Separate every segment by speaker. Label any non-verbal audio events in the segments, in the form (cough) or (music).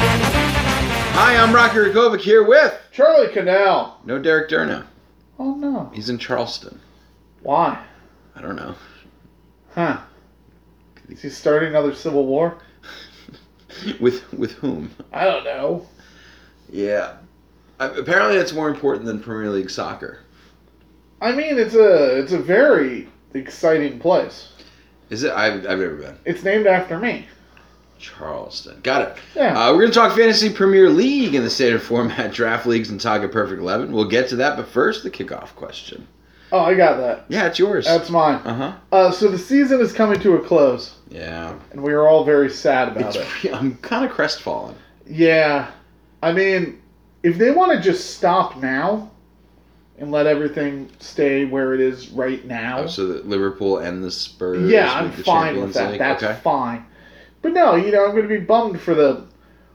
Speaker 1: Hi, I'm Rocky Rakovic here with
Speaker 2: Charlie Canal.
Speaker 1: no Derek Durna.
Speaker 2: Oh no.
Speaker 1: He's in Charleston.
Speaker 2: Why?
Speaker 1: I don't know. (laughs)
Speaker 2: Huh? Is he starting another civil war?
Speaker 1: With with whom?
Speaker 2: I don't know.
Speaker 1: Yeah. Uh, apparently, it's more important than Premier League soccer.
Speaker 2: I mean, it's a it's a very exciting place.
Speaker 1: Is it? I've, I've never been.
Speaker 2: It's named after me.
Speaker 1: Charleston. Got it.
Speaker 2: Yeah.
Speaker 1: Uh, we're going to talk fantasy Premier League in the standard format, (laughs) draft leagues, and talk a perfect 11. We'll get to that, but first, the kickoff question.
Speaker 2: oh, I got that.
Speaker 1: Yeah, it's yours.
Speaker 2: That's mine.
Speaker 1: Uh huh.
Speaker 2: Uh, so the season is coming to a close,
Speaker 1: Yeah.
Speaker 2: and we are all very sad about
Speaker 1: It's, (laughs)
Speaker 2: it.
Speaker 1: I'm kind of crestfallen.
Speaker 2: Yeah. I mean, if they want to just stop now and let everything stay where it is right now.
Speaker 1: Oh, so that Liverpool and the Spurs.
Speaker 2: Yeah,
Speaker 1: make
Speaker 2: I'm
Speaker 1: the
Speaker 2: fine
Speaker 1: Champions
Speaker 2: with that.
Speaker 1: League?
Speaker 2: That's
Speaker 1: okay.
Speaker 2: fine. But no, you know, I'm going to be bummed for the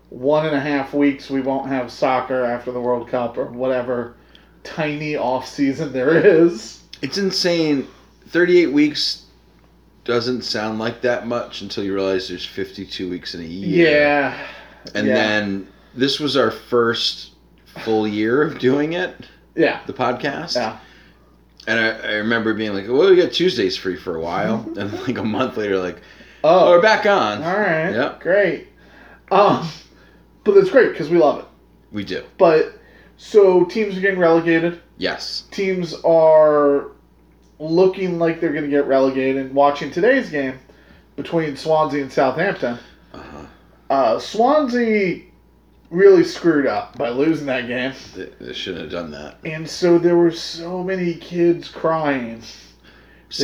Speaker 2: one and a half weeks we won't have soccer after the World Cup or whatever tiny off season there is.
Speaker 1: It's insane. 38 weeks doesn't sound like that much until you realize there's 52 weeks in a year.
Speaker 2: Yeah.
Speaker 1: And
Speaker 2: yeah.
Speaker 1: then this was our first full year of doing it,
Speaker 2: Yeah.
Speaker 1: the podcast.
Speaker 2: Yeah.
Speaker 1: And I, I remember being like, well, we got Tuesdays free for a
Speaker 2: (laughs)
Speaker 1: while. and like a month later, like, oh,
Speaker 2: Oh.
Speaker 1: we're back on.
Speaker 2: All right.
Speaker 1: Yep.
Speaker 2: Great. Um, but that's great because we love it.
Speaker 1: We do.
Speaker 2: But so teams are getting relegated.
Speaker 1: Yes.
Speaker 2: teams are looking like they're going to get relegated. And watching today's game between Swansea and Southampton,
Speaker 1: Uh-huh.
Speaker 2: uh, Swansea really screwed up by losing that game.
Speaker 1: They, they shouldn't have done that.
Speaker 2: And so there were so many kids crying. They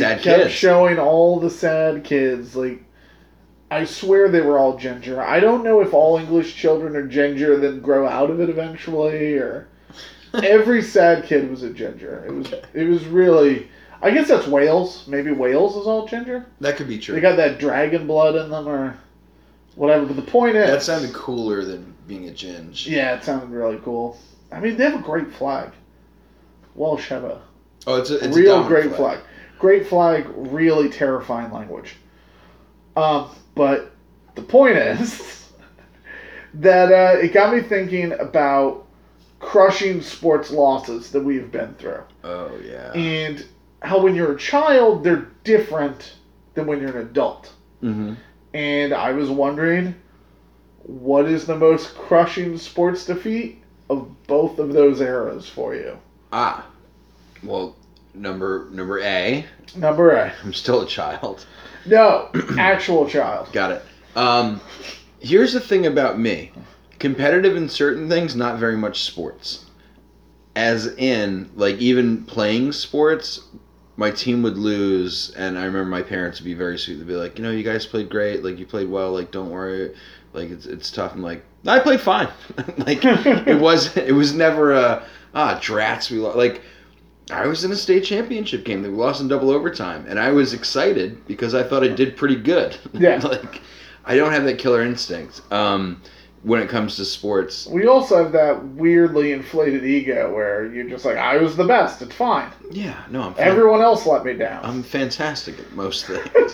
Speaker 1: Sad
Speaker 2: kept
Speaker 1: kids.
Speaker 2: showing all the sad kids. Like, I swear they were all ginger. I don't know if all English children are ginger, then grow out of it eventually, or every sad kid was a ginger. It was it was really. I guess that's Wales. Maybe Wales is all ginger.
Speaker 1: that could be
Speaker 2: They
Speaker 1: true.
Speaker 2: got that dragon blood in them, or whatever. But the point is,
Speaker 1: that sounded cooler than being a ginge.
Speaker 2: yeah, it sounded really cool. I mean, they have a great flag. Welsh have a
Speaker 1: Oh, it's a it's a
Speaker 2: real
Speaker 1: dominant
Speaker 2: great flag. Great flag, really terrifying language. Um, but the point is (laughs) that uh, it got me thinking about crushing sports losses that we've been through.
Speaker 1: Oh, yeah.
Speaker 2: And how when you're a child, they're different than when you're an adult.
Speaker 1: Mm-hmm.
Speaker 2: And I was wondering what is the most crushing sports defeat of both of those eras for you?
Speaker 1: Ah, well, number number A. (laughs)
Speaker 2: Number A.
Speaker 1: I'm still a child.
Speaker 2: No, (clears throat) actual child.
Speaker 1: Got it. Um, here's the thing about me: competitive in certain things, not very much sports. As in, like even playing sports, my team would lose, and I remember my parents would be very sweet. They'd be like, you know, you guys played great. Like you played well. Like don't worry. Like it's it's tough. I'm like, I played fine. (laughs) like it was it was never a ah drats we lost. Like I was in a state championship game that we lost in double overtime, and I was excited because I thought I did pretty good. (laughs)
Speaker 2: Yeah.
Speaker 1: like I don't have that killer instinct um, when it comes to sports.
Speaker 2: We also have that weirdly inflated ego where you're just like, I was the best. It's fine.
Speaker 1: Yeah, no, I'm fan-
Speaker 2: Everyone else let me down.
Speaker 1: I'm fantastic at most
Speaker 2: (laughs)
Speaker 1: things.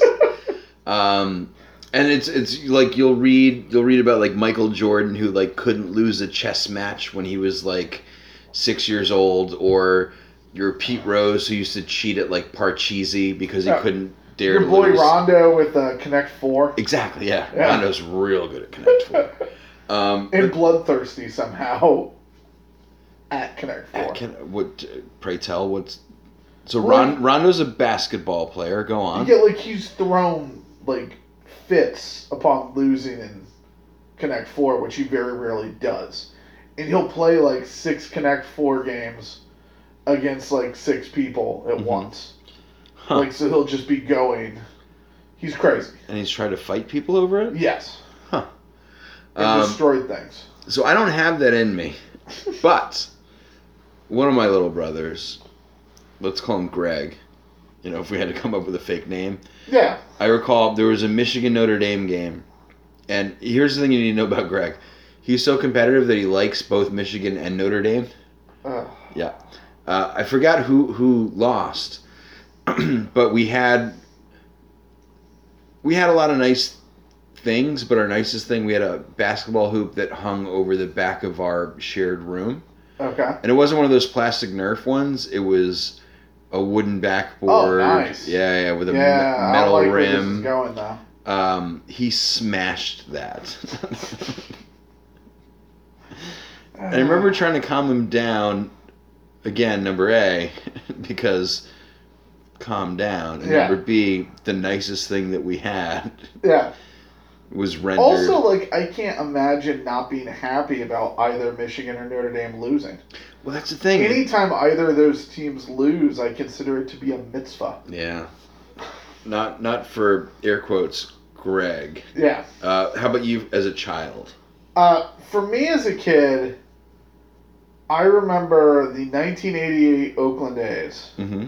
Speaker 1: um, and it's it's like you'll read you'll read about like Michael Jordan who like couldn't lose a chess match when he was like six years old, or your Pete Rose who used to cheat at like Parcheesi because he
Speaker 2: Yeah.
Speaker 1: couldn't dare
Speaker 2: Your
Speaker 1: to
Speaker 2: boy
Speaker 1: lose.
Speaker 2: Rondo with uh, Connect Four
Speaker 1: Exactly. Yeah.
Speaker 2: Yeah.
Speaker 1: Rondo's real good at Connect
Speaker 2: (laughs)
Speaker 1: Four. Um,
Speaker 2: and
Speaker 1: but-
Speaker 2: bloodthirsty somehow (laughs) at Connect Four.
Speaker 1: I can, what? Pray tell. What's so?
Speaker 2: Well-
Speaker 1: Ron, Rondo's a basketball player. Go on.
Speaker 2: yeah, like he's thrown like fits upon losing in Connect Four, which he very rarely does. and he'll play like six Connect Four games against like six people at
Speaker 1: Mhm.
Speaker 2: once.
Speaker 1: Huh.
Speaker 2: Like so, he'll just be going. He's crazy.
Speaker 1: and he's tried to fight people over it.
Speaker 2: Yes, and
Speaker 1: Um,
Speaker 2: destroyed things.
Speaker 1: so I don't have that in
Speaker 2: (laughs)
Speaker 1: me, but one of my little brothers, let's call him Greg. You know, if we had to come up with a fake name,
Speaker 2: Yeah,
Speaker 1: I recall there was a Michigan Notre Dame game, and here's the thing you need to know about Greg. He's so competitive that he likes both Michigan and Notre Dame.
Speaker 2: Ugh.
Speaker 1: Uh, I forgot who who lost, (clears throat) but we had we had a lot of nice things. But our nicest thing, we had a basketball hoop that hung over the back of our shared room,
Speaker 2: okay.
Speaker 1: and it wasn't one of those plastic Nerf ones. It was a wooden backboard.
Speaker 2: Oh, nice.
Speaker 1: Yeah, yeah, with a me-
Speaker 2: yeah, I
Speaker 1: metal
Speaker 2: don't like where this is
Speaker 1: rim.
Speaker 2: going though.
Speaker 1: Um, he smashed that. (laughs) And I remember trying to calm him down again, number A, (laughs) because calm down. And
Speaker 2: Yeah.
Speaker 1: number B, the nicest thing that we had
Speaker 2: (sighs)
Speaker 1: (laughs)
Speaker 2: Yeah.
Speaker 1: was rendered.
Speaker 2: Also, like I can't imagine not being happy about either Michigan or Notre Dame losing.
Speaker 1: well, that's the thing.
Speaker 2: Anytime either of those teams lose, I consider it to be a mitzvah.
Speaker 1: yeah. Not not for air quotes, Greg.
Speaker 2: Yeah.
Speaker 1: Uh, how about you as a child?
Speaker 2: Uh, for me as a kid, I remember the 1988 Oakland A's
Speaker 1: Mm-hmm.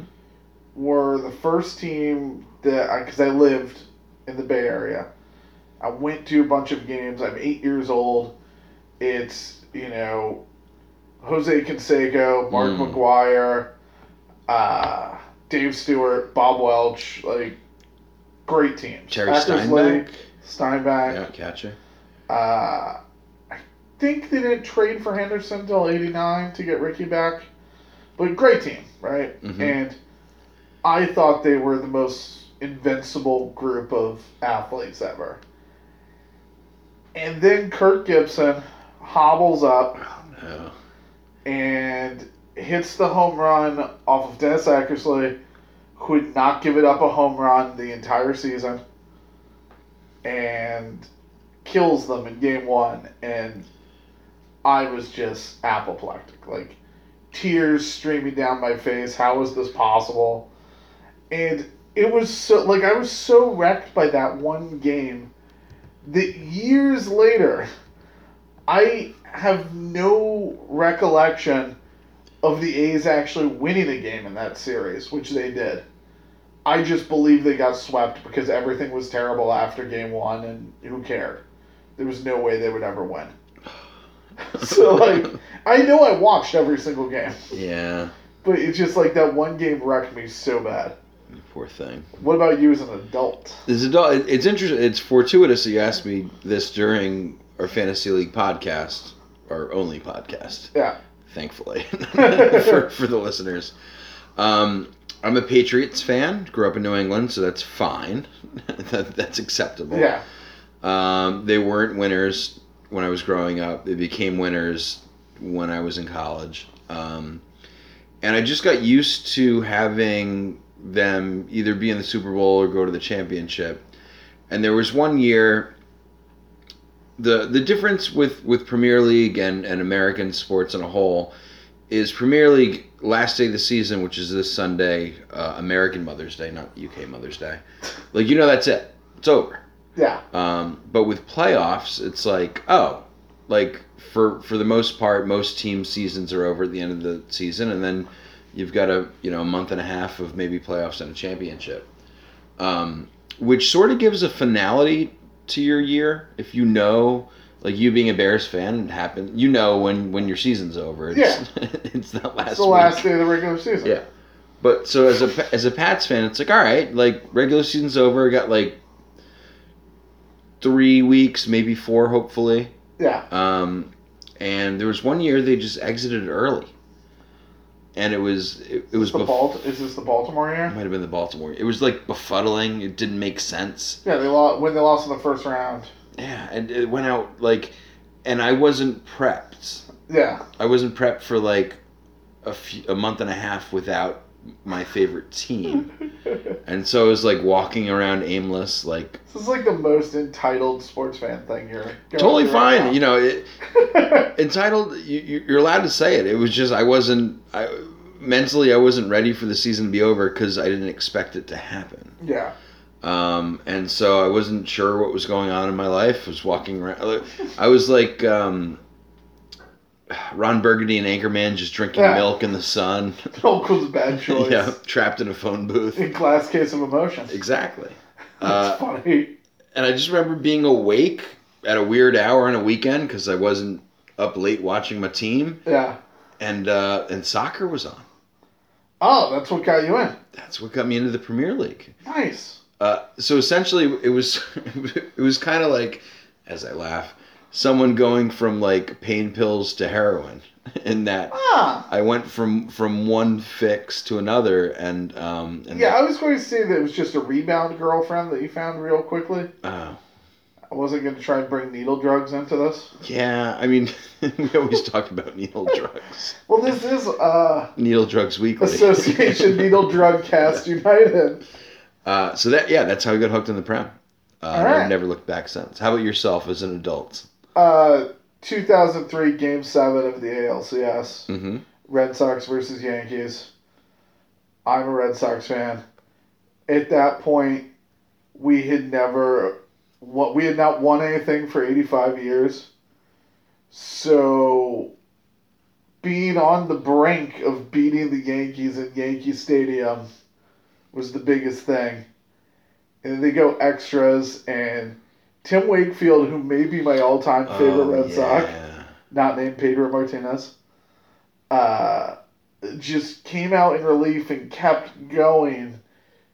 Speaker 2: were the first team that I, because I lived in the Bay Area. I went to a bunch of games. I'm eight years old. It's, you know, Jose Canseco, Mark
Speaker 1: Mm.
Speaker 2: McGuire, uh, Dave Stewart, Bob Welch, like, great team.
Speaker 1: Jerry
Speaker 2: Actors
Speaker 1: Steinbeck?
Speaker 2: Lake, Steinbeck.
Speaker 1: Yeah, catcher.
Speaker 2: Uh, I think they didn't trade for Henderson until '89 to get Ricky back, but great team, right?
Speaker 1: Mhm.
Speaker 2: And I thought they were the most invincible group of athletes ever. And then Kirk Gibson hobbles up
Speaker 1: Oh, no.
Speaker 2: and hits the home run off of Dennis Eckersley, who would not give it up a home run the entire season, and kills them in game one. And I was just apoplectic, like tears streaming down my face. How is this possible? And it was so like I was so wrecked by that one game that years later. I have no recollection of the A's actually winning a game in that series, which they did. I just believe they got swept because everything was terrible after game one, and who cared? There was no way they would ever win. (laughs) so, like, I know I watched every single game,
Speaker 1: Yeah.
Speaker 2: but it's just like that one game wrecked me so bad.
Speaker 1: Poor thing.
Speaker 2: What about you as an adult?
Speaker 1: This is adult. It's interesting. It's fortuitous that you asked me this during our fantasy league podcast, our only podcast.
Speaker 2: Yeah.
Speaker 1: Thankfully, (laughs) for, for the listeners. Um, I'm a Patriots fan. Grew up in New England, so that's fine. (laughs) that, that's acceptable.
Speaker 2: Yeah.
Speaker 1: Um, they weren't winners when I was growing up. They became winners when I was in college. Um, and I just got used to having them either be in the Super Bowl or go to the championship. And there was one year. The, the difference with, with Premier League and, and American sports in a whole is Premier League last day of the season, which is this Sunday, uh, American Mother's Day, not UK Mother's Day. Like, you know, that's it. It's over.
Speaker 2: Yeah.
Speaker 1: Um, but with playoffs, it's like oh, like for for the most part, most team seasons are over at the end of the season, and then you've got a you know a month and a half of maybe playoffs and a championship, um, which sort of gives a finality to your year if you know. Like you being a Bears fan, it happened. You know when when your season's over. It's, (laughs) it's not last.
Speaker 2: It's the
Speaker 1: week.
Speaker 2: last day of the regular season.
Speaker 1: Yeah. But so as a as a Pats fan, it's like all right, like regular season's over. Got like three weeks, maybe four, hopefully.
Speaker 2: Yeah.
Speaker 1: Um, and there was one year they just exited early, and it was it, it was
Speaker 2: the
Speaker 1: bef-
Speaker 2: Bal- is this the Baltimore year?
Speaker 1: it might have been the Baltimore. It was like befuddling. It didn't make sense.
Speaker 2: Yeah, they lost when they lost in the first round.
Speaker 1: Yeah, and it went out like, and I wasn't prepped.
Speaker 2: Yeah,
Speaker 1: I wasn't prepped for like a few, a month and a half without my favorite team. And so it was like walking around aimless, like
Speaker 2: This is like the most entitled sports fan thing here.
Speaker 1: totally fine. You know, it, entitled, you, you- you're allowed to say it. It was just, I wasn't, I, mentally, I wasn't ready for the season to be over because I didn't expect it to happen.
Speaker 2: (laughs) yeah.
Speaker 1: Um, and so I wasn't sure what was going on in my life. I was walking around. I was like um, Ron Burgundy and Anchorman just drinking
Speaker 2: Yeah.
Speaker 1: milk in the sun. (laughs)
Speaker 2: Uncle's bad choice.
Speaker 1: yeah, trapped in a phone booth.
Speaker 2: (laughs) In class case of emotion.
Speaker 1: Exactly.
Speaker 2: (laughs) That's
Speaker 1: Uh,
Speaker 2: funny.
Speaker 1: and I just remember being awake at a weird hour on a weekend because I wasn't up late watching my team,
Speaker 2: Yeah.
Speaker 1: and uh, and soccer was on.
Speaker 2: Oh, that's what got you in.
Speaker 1: That's what got me into the Premier League.
Speaker 2: Nice.
Speaker 1: Uh, so essentially, it was (laughs) it was kind of like, as I laugh, someone going from like pain pills to heroin. (laughs) In that,
Speaker 2: Ah.
Speaker 1: I went from from one fix to another, and um, and
Speaker 2: Yeah, I was going to say that it was just a rebound girlfriend that you found real quickly.
Speaker 1: uh,
Speaker 2: I wasn't going to try and bring needle drugs into this.
Speaker 1: yeah. I mean, (laughs) we always talk about needle drugs,
Speaker 2: Well, this is uh,
Speaker 1: needle drugs weekly. (laughs)
Speaker 2: Association Needle Drug Cast United.
Speaker 1: Uh, so that yeah, that's how I got hooked on the prem. Uh, and
Speaker 2: Alright.
Speaker 1: I've never looked back since. How about yourself as an adult?
Speaker 2: Uh, 2003 Game 7 of the ALCS.
Speaker 1: Mm-hmm.
Speaker 2: Red Sox versus Yankees. I'm a Red Sox fan. At that point, we had never what we had not won anything for 85 years. So being on the brink of beating the Yankees in Yankee Stadium was the biggest thing. And then they go extras and Tim Wakefield, who may be my all-time favorite
Speaker 1: Oh,
Speaker 2: Red Sox, not named Pedro Martinez, uh, just came out in relief and kept going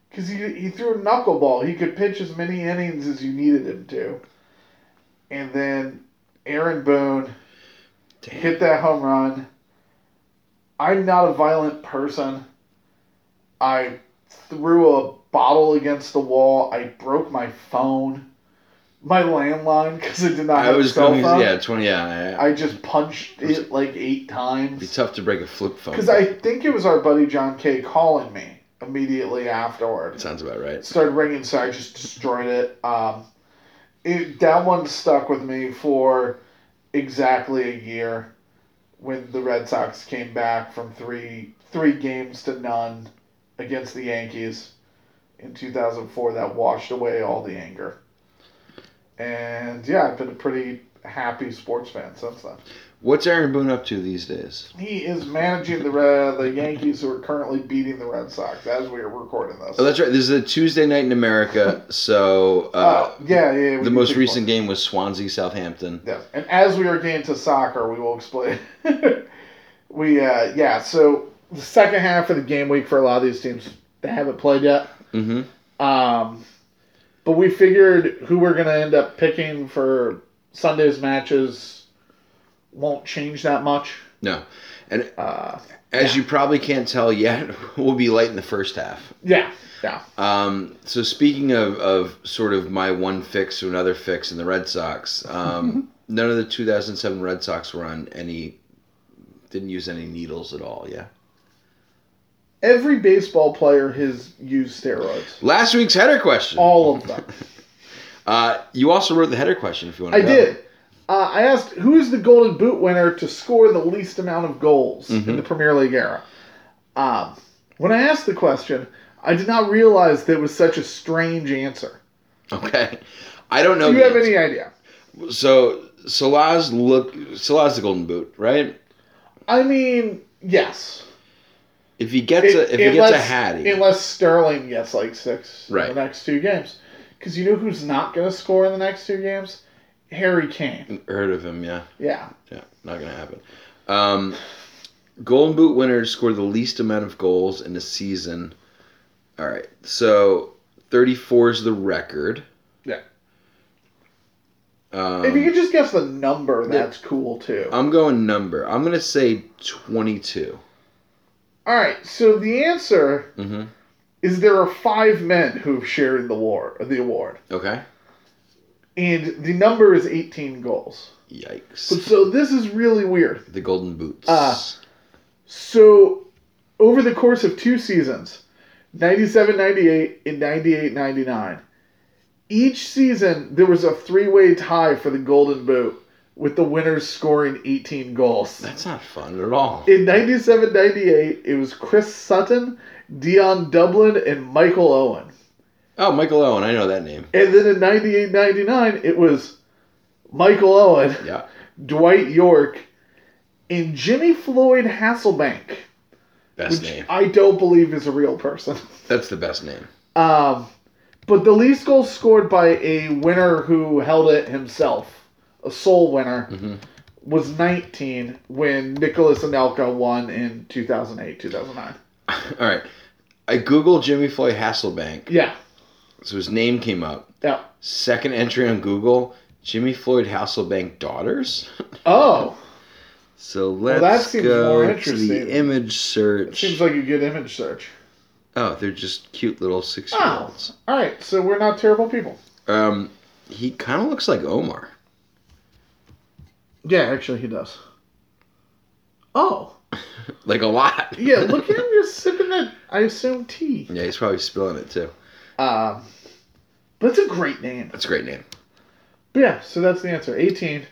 Speaker 2: because he, he threw a knuckleball. He could pitch as many innings as you needed him to. And then Aaron Boone hit that home run. I'm not a violent person. I threw a bottle against the wall. I broke my phone, my landline, because it did not
Speaker 1: I
Speaker 2: have a
Speaker 1: was
Speaker 2: cell
Speaker 1: going.
Speaker 2: phone.
Speaker 1: Yeah, twenty. Yeah, I,
Speaker 2: I just punched it like eight
Speaker 1: it'd be
Speaker 2: times.
Speaker 1: tough to break a flip phone.
Speaker 2: Because I think it was our buddy John K calling me immediately afterwards.
Speaker 1: sounds about right.
Speaker 2: It started ringing, so I just destroyed it. Um, it. That one stuck with me for exactly a year when the Red Sox came back from three three games to none against the Yankees in 2004. That washed away all the anger. And yeah, I've been a pretty happy sports fan since then.
Speaker 1: What's Aaron Boone up to these days?
Speaker 2: He is managing the Red, the Yankees, who are currently beating the Red Sox as we are recording this.
Speaker 1: Oh, that's right. This is a Tuesday night in
Speaker 2: (laughs)
Speaker 1: America, so uh,
Speaker 2: Uh, yeah, yeah. we
Speaker 1: the
Speaker 2: can
Speaker 1: most
Speaker 2: pick
Speaker 1: recent game was Swansea Southampton.
Speaker 2: Yes. And as we are getting to soccer, we will explain. (laughs) we, uh, yeah, so the second half of the game week for a lot of these teams that haven't played yet.
Speaker 1: Mm-hmm.
Speaker 2: Um, but we figured who we're going to end up picking for Sunday's matches won't change that much.
Speaker 1: No, and
Speaker 2: Uh,
Speaker 1: as you probably can't tell yet, (laughs) we'll be late in the first half.
Speaker 2: yeah, yeah.
Speaker 1: Um, so speaking of, of sort of my one fix to another fix in the Red Sox,
Speaker 2: (laughs)
Speaker 1: um, none of the 2007 Red Sox were on any, didn't use any needles at all. Yeah.
Speaker 2: Every baseball player has used steroids.
Speaker 1: Last week's header question. (laughs)
Speaker 2: All of them.
Speaker 1: Uh, you also wrote the header question if you want to.
Speaker 2: I did. Uh, I asked who is the Golden Boot winner to score the least amount of goals in
Speaker 1: Mhm.
Speaker 2: the Premier League era. Um, when I asked the question, I did not realize that it was such a strange answer.
Speaker 1: Okay. I don't know.
Speaker 2: Do you
Speaker 1: the
Speaker 2: have any idea?
Speaker 1: answer. So Salah's look. Salah's the golden boot, right?
Speaker 2: I mean, yes.
Speaker 1: If he gets a if he gets a hattie,
Speaker 2: unless Sterling gets like six
Speaker 1: Right.
Speaker 2: in the next two games, because you know who's not going to score in the next two games? Harry Kane.
Speaker 1: heard of him? Yeah.
Speaker 2: Yeah.
Speaker 1: Yeah, not gonna happen. Um, Golden Boot winners score the least amount of goals in a season. All right, so thirty-four is the record.
Speaker 2: Yeah.
Speaker 1: Um,
Speaker 2: if you could just guess the number, that's cool too.
Speaker 1: I'm going number. I'm gonna say twenty-two.
Speaker 2: All right. So the answer
Speaker 1: Mm-hmm.
Speaker 2: is there are five men who've shared the war the award,
Speaker 1: Okay.
Speaker 2: and the number is 18 goals.
Speaker 1: Yikes.
Speaker 2: So this is really weird.
Speaker 1: The Golden Boots.
Speaker 2: Uh, So over the course of two seasons 97 98 and 98 99 each season there was a three-way tie for the golden boot with the winners scoring 18 goals
Speaker 1: That's not fun at all.
Speaker 2: in 97 98 it was chris sutton dion dublin and michael owen
Speaker 1: Oh, Michael Owen, I know that name.
Speaker 2: and then in 98 99 it was michael owen
Speaker 1: Yeah.
Speaker 2: dwight york and jimmy floyd hasselbank
Speaker 1: Best
Speaker 2: which
Speaker 1: name.
Speaker 2: i don't believe is a real person (laughs)
Speaker 1: That's the best name.
Speaker 2: Um, but the least goal scored by a winner who held it himself, a sole winner,
Speaker 1: Mhm.
Speaker 2: was 19 when Nicholas Anelka won in 2008, 2009.
Speaker 1: (laughs) All right. I Googled Jimmy Floyd Hasselbank,
Speaker 2: Yeah,
Speaker 1: so his name came up.
Speaker 2: yeah.
Speaker 1: Second entry on Google Jimmy Floyd Hasselbank daughters.
Speaker 2: Oh,
Speaker 1: So
Speaker 2: Well,
Speaker 1: let's
Speaker 2: that seems
Speaker 1: go
Speaker 2: more
Speaker 1: to
Speaker 2: interesting.
Speaker 1: the image
Speaker 2: it
Speaker 1: search.
Speaker 2: seems like a good image search.
Speaker 1: oh, they're just cute little six year olds.
Speaker 2: All right, so we're not terrible people.
Speaker 1: Um, he kind of looks like Omar.
Speaker 2: Yeah, actually, he does. Oh,
Speaker 1: Like a lot.
Speaker 2: yeah,
Speaker 1: (laughs)
Speaker 2: look at him just sipping that, I assume, tea.
Speaker 1: Yeah, he's probably spilling it too.
Speaker 2: Um, but it's a great name.
Speaker 1: That's a great name.
Speaker 2: But yeah, so that's the answer. 18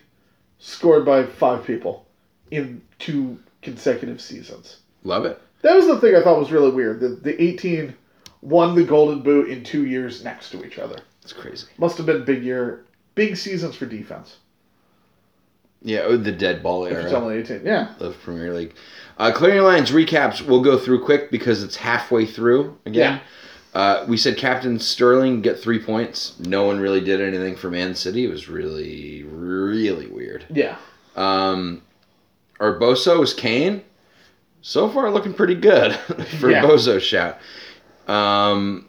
Speaker 2: scored by five people in two consecutive seasons.
Speaker 1: Love it.
Speaker 2: That was the thing I thought was really weird. The, the 18 won the Golden Boot in two years next to each other.
Speaker 1: It's crazy.
Speaker 2: Must have been big year, big seasons for defense.
Speaker 1: Yeah, oh, the dead ball
Speaker 2: If
Speaker 1: era.
Speaker 2: it's only 18, yeah.
Speaker 1: of Premier League. Uh, Clearing Lines recaps we'll go through quick because it's halfway through again. Uh, we said Captain Sterling get three points. No one really did anything for Man City. It was really, really weird.
Speaker 2: Yeah.
Speaker 1: Um, Arboso was Kane. So far, looking pretty good (laughs) for
Speaker 2: Yeah.
Speaker 1: Bozo shout. Um,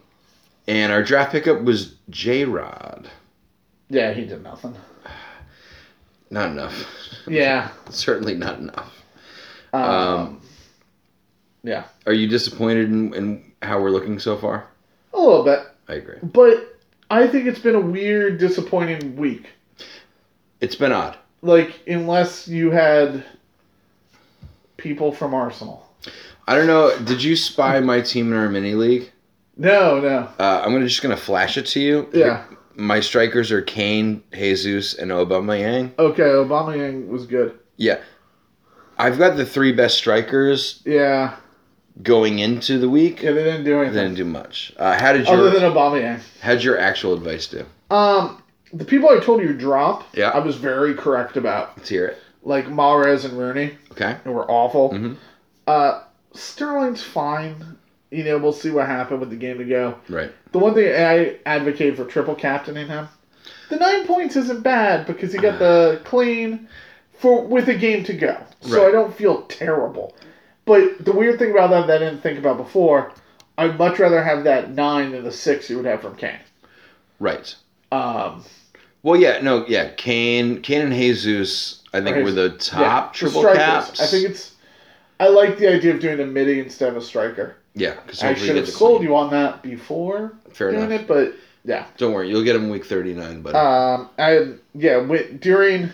Speaker 1: and our draft pickup was J Rod.
Speaker 2: Yeah, he did nothing.
Speaker 1: Not enough. (laughs)
Speaker 2: Yeah.
Speaker 1: Certainly not enough.
Speaker 2: (laughs) Um,
Speaker 1: Um,
Speaker 2: yeah.
Speaker 1: Are you disappointed in, in how we're looking so far?
Speaker 2: A little bit.
Speaker 1: I agree.
Speaker 2: But I think it's been a weird, disappointing week.
Speaker 1: It's been odd.
Speaker 2: Like, unless you had people from Arsenal.
Speaker 1: I don't know. Did you spy my team in our mini league?
Speaker 2: No, no.
Speaker 1: Uh, I'm gonna just gonna flash it to you.
Speaker 2: Yeah.
Speaker 1: My strikers are Kane, Jesus, and Aubameyang.
Speaker 2: Okay, Obama Yang was good.
Speaker 1: I've got the three best strikers
Speaker 2: Yeah.
Speaker 1: going into the week.
Speaker 2: Yeah, they didn't do
Speaker 1: They
Speaker 2: anything.
Speaker 1: didn't do much. Uh, how did
Speaker 2: other
Speaker 1: your
Speaker 2: than Obama Yang.
Speaker 1: how'd your actual advice do?
Speaker 2: Um the people I told you drop,
Speaker 1: Yeah.
Speaker 2: I was very correct about.
Speaker 1: Let's hear it.
Speaker 2: Like Mares and Rooney,
Speaker 1: Okay.
Speaker 2: who were awful.
Speaker 1: Mhm.
Speaker 2: Uh Sterling's fine. You know, we'll see what happened with the game to go.
Speaker 1: Right.
Speaker 2: The one thing I advocate for triple captaining him. The nine points isn't bad because he
Speaker 1: (sighs)
Speaker 2: got the clean for with a game to go. So
Speaker 1: Right.
Speaker 2: I don't feel terrible. But the weird thing about that that I didn't think about before, I'd much rather have that nine than the six you would have from Kane.
Speaker 1: Right.
Speaker 2: Um,
Speaker 1: Well, yeah. No. Yeah. Kane, Kane, and Jesus. I think
Speaker 2: Right.
Speaker 1: were the
Speaker 2: yeah,
Speaker 1: top
Speaker 2: the
Speaker 1: triple
Speaker 2: strikers.
Speaker 1: caps.
Speaker 2: I think it's. I like the idea of doing a midi instead of a striker.
Speaker 1: yeah. Because
Speaker 2: I should have sold you on that before
Speaker 1: Fair
Speaker 2: doing
Speaker 1: enough.
Speaker 2: it, but yeah.
Speaker 1: Don't worry. You'll get him week 39, buddy.
Speaker 2: Um, I yeah, wi- during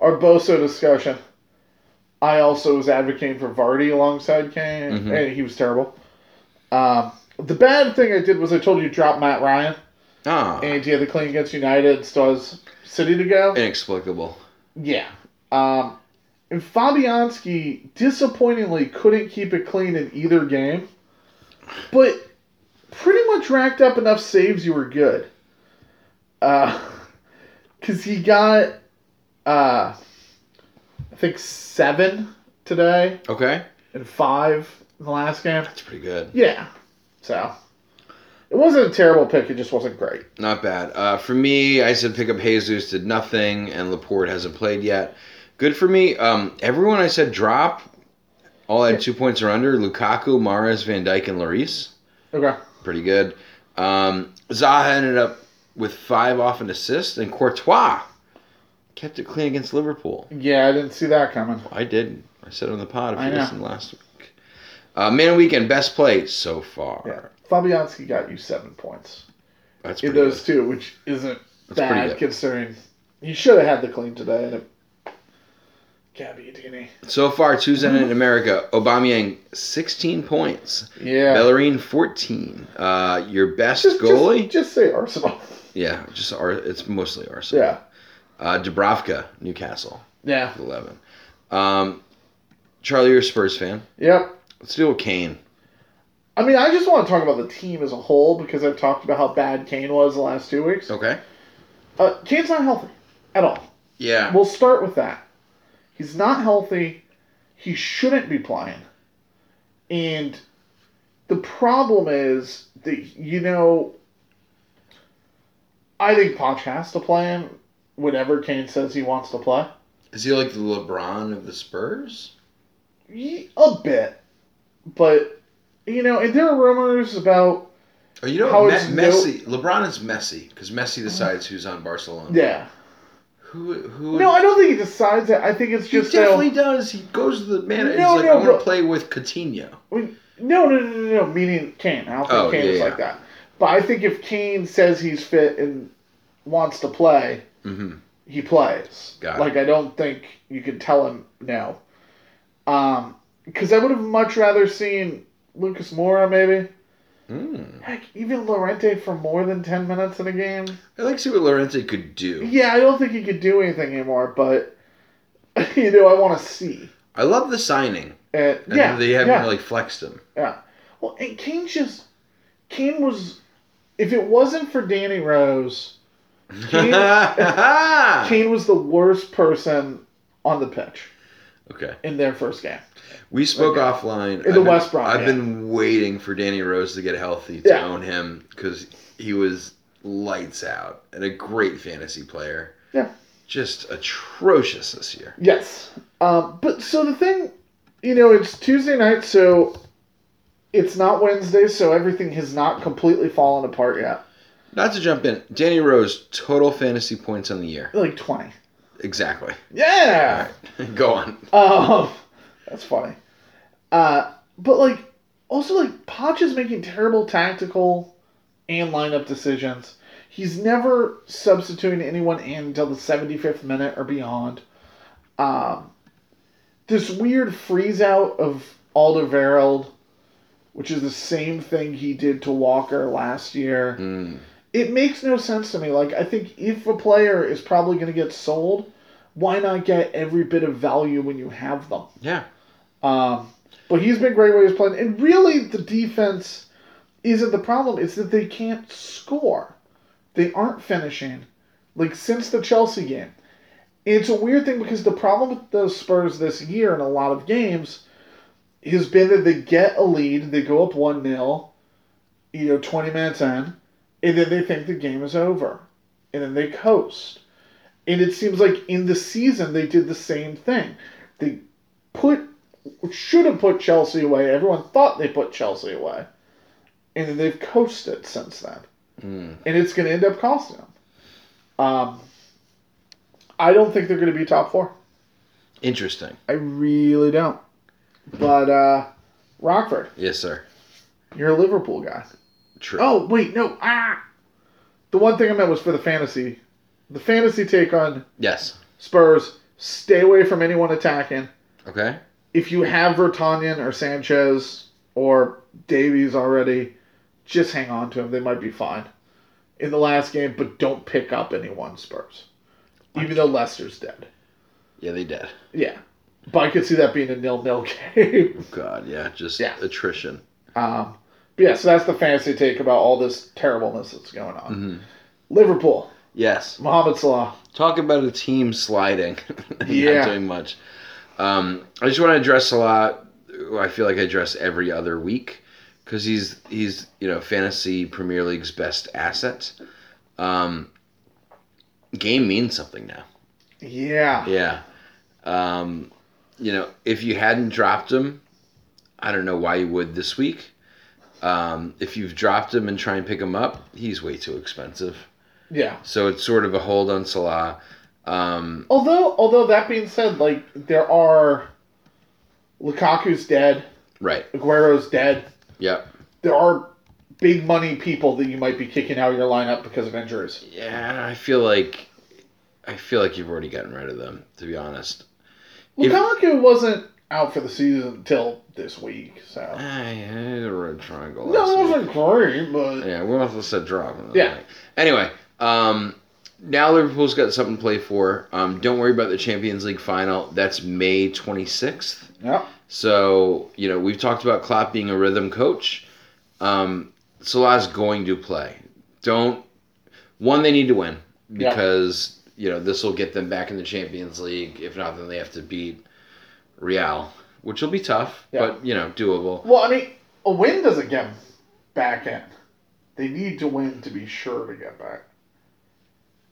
Speaker 2: our Boso discussion, I also was advocating for Vardy alongside Kane,
Speaker 1: Mhm.
Speaker 2: and he was terrible. Um, the bad thing I did was I told you to drop Matt Ryan,
Speaker 1: ah.
Speaker 2: and he had the clean against United, still has City to go.
Speaker 1: Inexplicable.
Speaker 2: Yeah. Um, and Fabianski disappointingly couldn't keep it clean in either game, but pretty much racked up enough saves you were good. (laughs) Because he got, uh, I think, seven today
Speaker 1: Okay.
Speaker 2: and five in the last game.
Speaker 1: That's pretty good.
Speaker 2: Yeah. So it wasn't a terrible pick, it just wasn't great.
Speaker 1: Not bad. Uh, for me, I said pick up Jesus, did nothing, and Laporte hasn't played yet. Good for me. Um, everyone I said drop, all had two points or under. Lukaku, Mares, Van Dyke, and Lloris.
Speaker 2: Okay.
Speaker 1: Pretty good. Um, Zaha ended up with five off an assist, and Courtois kept it clean against Liverpool.
Speaker 2: Yeah, I didn't see that coming.
Speaker 1: I didn't. I said on the pod if
Speaker 2: I
Speaker 1: you
Speaker 2: know.
Speaker 1: listened last week. Uh, Man of the Weekend, best play so far.
Speaker 2: Yeah. Fabianski got you seven points.
Speaker 1: That's
Speaker 2: in
Speaker 1: pretty
Speaker 2: those
Speaker 1: good.
Speaker 2: two, which isn't
Speaker 1: That's pretty
Speaker 2: bad
Speaker 1: good.
Speaker 2: considering you should have had the clean today and it Gabby Adini.
Speaker 1: So far, Tuesday Night in America, Aubameyang, 16 points.
Speaker 2: Yeah.
Speaker 1: Bellerin, 14. Uh, your best
Speaker 2: just,
Speaker 1: goalie?
Speaker 2: Just, just say Arsenal. (laughs)
Speaker 1: yeah, just Ar- it's mostly Arsenal.
Speaker 2: Yeah.
Speaker 1: Uh, Dubravka, Newcastle,
Speaker 2: Yeah.
Speaker 1: 11. Um, Charlie, you're a Spurs fan.
Speaker 2: Yep.
Speaker 1: Let's deal with Kane.
Speaker 2: I mean, I just want to talk about the team as a whole because I've talked about how bad Kane was the last two weeks.
Speaker 1: Okay.
Speaker 2: Uh, Kane's not healthy at all.
Speaker 1: Yeah.
Speaker 2: We'll start with that. He's not healthy. He shouldn't be playing. And the problem is that, you know, I think Poch has to play him whenever Kane says he wants to play.
Speaker 1: Is he like the LeBron of the Spurs?
Speaker 2: Ye- A bit. But, you know, and there are rumors about,
Speaker 1: Oh, you know,
Speaker 2: How
Speaker 1: Me-
Speaker 2: is no-
Speaker 1: Messi. LeBron is Messi because Messi decides who's on Barcelona.
Speaker 2: yeah.
Speaker 1: Who? Who?
Speaker 2: No, I don't think he decides it. I think it's
Speaker 1: he
Speaker 2: just that-
Speaker 1: definitely does. He goes to the man. and
Speaker 2: No,
Speaker 1: he's like,
Speaker 2: no,
Speaker 1: I want
Speaker 2: but-
Speaker 1: to play with Coutinho.
Speaker 2: No, no, no, no, no. Meaning Kane. I don't think
Speaker 1: Oh,
Speaker 2: Kane
Speaker 1: yeah,
Speaker 2: is
Speaker 1: yeah.
Speaker 2: like that. But I think if Kane says he's fit and wants to play,
Speaker 1: Mm-hmm.
Speaker 2: he plays.
Speaker 1: Got it.
Speaker 2: like I don't think you can tell him no. Um, because I would have much rather seen Lucas Mora maybe.
Speaker 1: Mm.
Speaker 2: Heck, even Lorente for more than ten minutes in a game.
Speaker 1: I like to see what Lorente could do.
Speaker 2: Yeah, I don't think he could do anything anymore. But (laughs) you know, I want to see.
Speaker 1: I love the signing.
Speaker 2: And,
Speaker 1: And
Speaker 2: yeah,
Speaker 1: they haven't
Speaker 2: yeah.
Speaker 1: really flexed him.
Speaker 2: Yeah. Well, and Kane just Kane was if it wasn't for Danny Rose,
Speaker 1: (laughs) okay.
Speaker 2: Kane was the worst person on the pitch in their first game.
Speaker 1: We spoke
Speaker 2: Okay.
Speaker 1: offline.
Speaker 2: In
Speaker 1: I've
Speaker 2: the
Speaker 1: been-
Speaker 2: West Brom,
Speaker 1: I've
Speaker 2: yeah.
Speaker 1: been waiting for Danny Rose to get healthy to
Speaker 2: Yeah.
Speaker 1: own him because he was lights out and a great fantasy player.
Speaker 2: Yeah.
Speaker 1: Just atrocious this year.
Speaker 2: Yes. Um, but so the thing, you know, it's Tuesday night, so it's not Wednesday, so everything has not completely fallen apart yet.
Speaker 1: Not to jump in, Danny Rose, total fantasy points on the year.
Speaker 2: Like twenty.
Speaker 1: Exactly. (laughs)
Speaker 2: Yeah.
Speaker 1: All right. Go on.
Speaker 2: Um, that's funny. Uh, but like, also like, Podge is making terrible tactical and lineup decisions. He's never substituting anyone in until the seventy fifth minute or beyond. Um, this weird freeze out of Alderweireld, which is the same thing he did to Walker last year
Speaker 1: Mm.
Speaker 2: it makes no sense to me. Like, I think if a player is probably going to get sold, why not get every bit of value when you have them?
Speaker 1: Yeah.
Speaker 2: Um, but he's been great where he's playing. And really, the defense isn't the problem. It's that they can't score. They aren't finishing. Like, since the Chelsea game. It's a weird thing because the problem with the Spurs this year in a lot of games has been that they get a lead, they go up 1 0, you know, 20 minutes in, and then they think the game is over. And then they coast. And it seems like in the season they did the same thing. They put should have put Chelsea away. Everyone thought they put Chelsea away. And then they've coasted since then.
Speaker 1: Mm.
Speaker 2: And it's going to end up costing them. Um, I don't think they're going to be top four.
Speaker 1: Interesting.
Speaker 2: I really don't. But uh, Rockford,
Speaker 1: Yes, sir.
Speaker 2: you're a Liverpool guy.
Speaker 1: True.
Speaker 2: Oh, wait, no. Ah! The one thing I meant was for the fantasy. The fantasy take on
Speaker 1: Yes.
Speaker 2: Spurs stay away from anyone attacking.
Speaker 1: Okay.
Speaker 2: if you have Vertonghen or Sanchez or Davies already, just hang on to them. They might be fine in the last game, but don't pick up anyone Spurs, even though Lester's dead.
Speaker 1: Yeah, they did.
Speaker 2: Yeah, but I could see that being a nil-nil (laughs) game.
Speaker 1: Oh, God, yeah, just
Speaker 2: Yeah.
Speaker 1: attrition.
Speaker 2: um, but yeah, so that's the fantasy take about all this terribleness that's going on.
Speaker 1: Mhm.
Speaker 2: Liverpool,
Speaker 1: Yes.
Speaker 2: Mohamed Salah.
Speaker 1: Talk about a team sliding. (laughs) and
Speaker 2: Yeah.
Speaker 1: Not doing much. Um, I just want to address a lot. I feel like I address every other week because he's he's you know fantasy Premier League's best asset. Um, game means something now.
Speaker 2: Yeah.
Speaker 1: Yeah. Um, you know, if you hadn't dropped him, I don't know why you would this week. Um, if you've dropped him and try and pick him up, he's way too expensive.
Speaker 2: yeah.
Speaker 1: So it's sort of a hold on Salah. Um,
Speaker 2: Although, although that being said, like there are, Lukaku's dead,
Speaker 1: right.
Speaker 2: Aguero's dead.
Speaker 1: Yep.
Speaker 2: there are big money people that you might be kicking out of your lineup because of injuries.
Speaker 1: Yeah, I feel like I feel like you've already gotten rid of them, to be honest. If-
Speaker 2: Lukaku wasn't out for the season until this week, so
Speaker 1: I Ah, had a red triangle. Uh, last
Speaker 2: no, it
Speaker 1: week.
Speaker 2: wasn't great, but
Speaker 1: Yeah, we also said drop.
Speaker 2: Yeah.
Speaker 1: Anyway, um, now Liverpool's got something to play for. Um, don't worry about the Champions League final. That's May 26th.
Speaker 2: yeah,
Speaker 1: So, you know, we've talked about Klopp being a rhythm coach. Um, Salah's going to play. Don't. One, they need to win
Speaker 2: Yeah.
Speaker 1: because, you know, this will get them back in the Champions League. If not, then they have to beat Real, which will be tough,
Speaker 2: Yeah.
Speaker 1: but, you know, doable.
Speaker 2: Well, I mean, a win doesn't get 'em back in. They need to win to be sure to get back.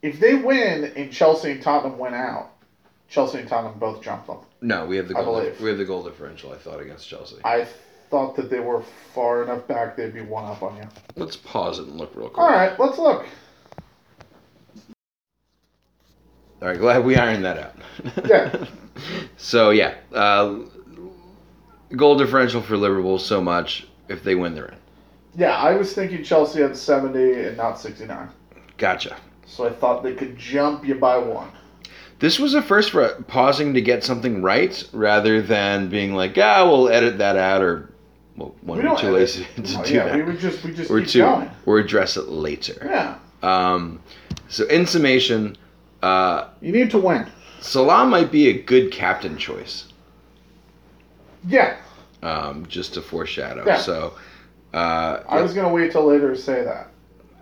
Speaker 2: If they win and Chelsea and Tottenham went out, Chelsea and Tottenham both jump them.
Speaker 1: No, we have the
Speaker 2: I
Speaker 1: goal.
Speaker 2: believe.
Speaker 1: We have the goal differential. I thought against Chelsea.
Speaker 2: I thought that they were far enough back they'd be one up on you.
Speaker 1: Let's pause it and look real quick.
Speaker 2: All right, let's look.
Speaker 1: All right, glad we ironed that out.
Speaker 2: Yeah.
Speaker 1: (laughs) so yeah, uh, goal differential for Liverpool so much. If they win, they're in.
Speaker 2: Yeah, I was thinking Chelsea had 70 and not 69.
Speaker 1: Gotcha.
Speaker 2: So I thought they could jump you by one.
Speaker 1: This was a first for pausing to get something right rather than being like, ah, we'll edit that out or well, one, we're too
Speaker 2: edit.
Speaker 1: lazy (laughs) to
Speaker 2: Oh,
Speaker 1: do
Speaker 2: yeah, we
Speaker 1: that.
Speaker 2: would just we just
Speaker 1: or
Speaker 2: keep
Speaker 1: two,
Speaker 2: going.
Speaker 1: or address it later.
Speaker 2: Yeah,
Speaker 1: Um, so in summation, uh,
Speaker 2: you need to win.
Speaker 1: Salah might be a good captain choice.
Speaker 2: Yeah,
Speaker 1: um, just to foreshadow.
Speaker 2: Yeah.
Speaker 1: So uh,
Speaker 2: I was gonna wait till later to say that.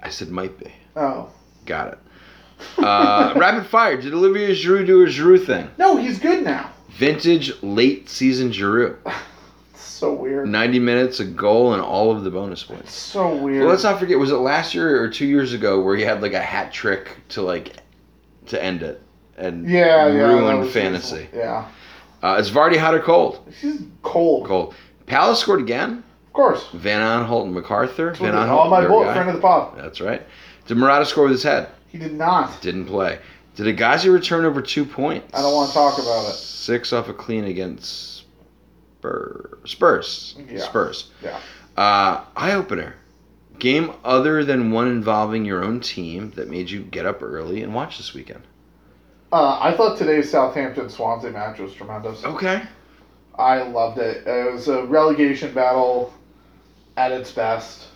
Speaker 1: I said might be.
Speaker 2: Oh
Speaker 1: Got it. Uh, (laughs)
Speaker 2: (laughs)
Speaker 1: rapid fire. Did Olivier Giroud do a Giroud thing?
Speaker 2: no, he's good now.
Speaker 1: Vintage late season Giroud.
Speaker 2: It's so weird.
Speaker 1: 90 minutes, a goal, and all of the bonus
Speaker 2: It's
Speaker 1: points.
Speaker 2: so weird.
Speaker 1: Well, let's not forget, was it last year or two years ago where he had like a hat trick to like to end it and
Speaker 2: yeah, yeah. that
Speaker 1: ruined
Speaker 2: was-
Speaker 1: fantasy?
Speaker 2: Yeah,
Speaker 1: Uh, is Vardy hot or cold?
Speaker 2: she's cold.
Speaker 1: Cold. Palace scored again.
Speaker 2: Of course.
Speaker 1: Van Aanholt and MacArthur. Van Aanholt.
Speaker 2: Oh, my
Speaker 1: their
Speaker 2: boy,
Speaker 1: guy.
Speaker 2: friend of the pod.
Speaker 1: That's right. Did Murata score with his head?
Speaker 2: He did not.
Speaker 1: Didn't play. Did Agazi return over two points?
Speaker 2: I don't wanna talk about it.
Speaker 1: Six off a clean against Spurs. Spurs.
Speaker 2: Yeah.
Speaker 1: Spurs.
Speaker 2: Yeah.
Speaker 1: Uh, eye opener. Game other than one involving your own team that made you get up early and watch this weekend.
Speaker 2: Uh, I thought today's Southampton Swansea match was tremendous.
Speaker 1: Okay.
Speaker 2: I loved it. It was a relegation battle at its best.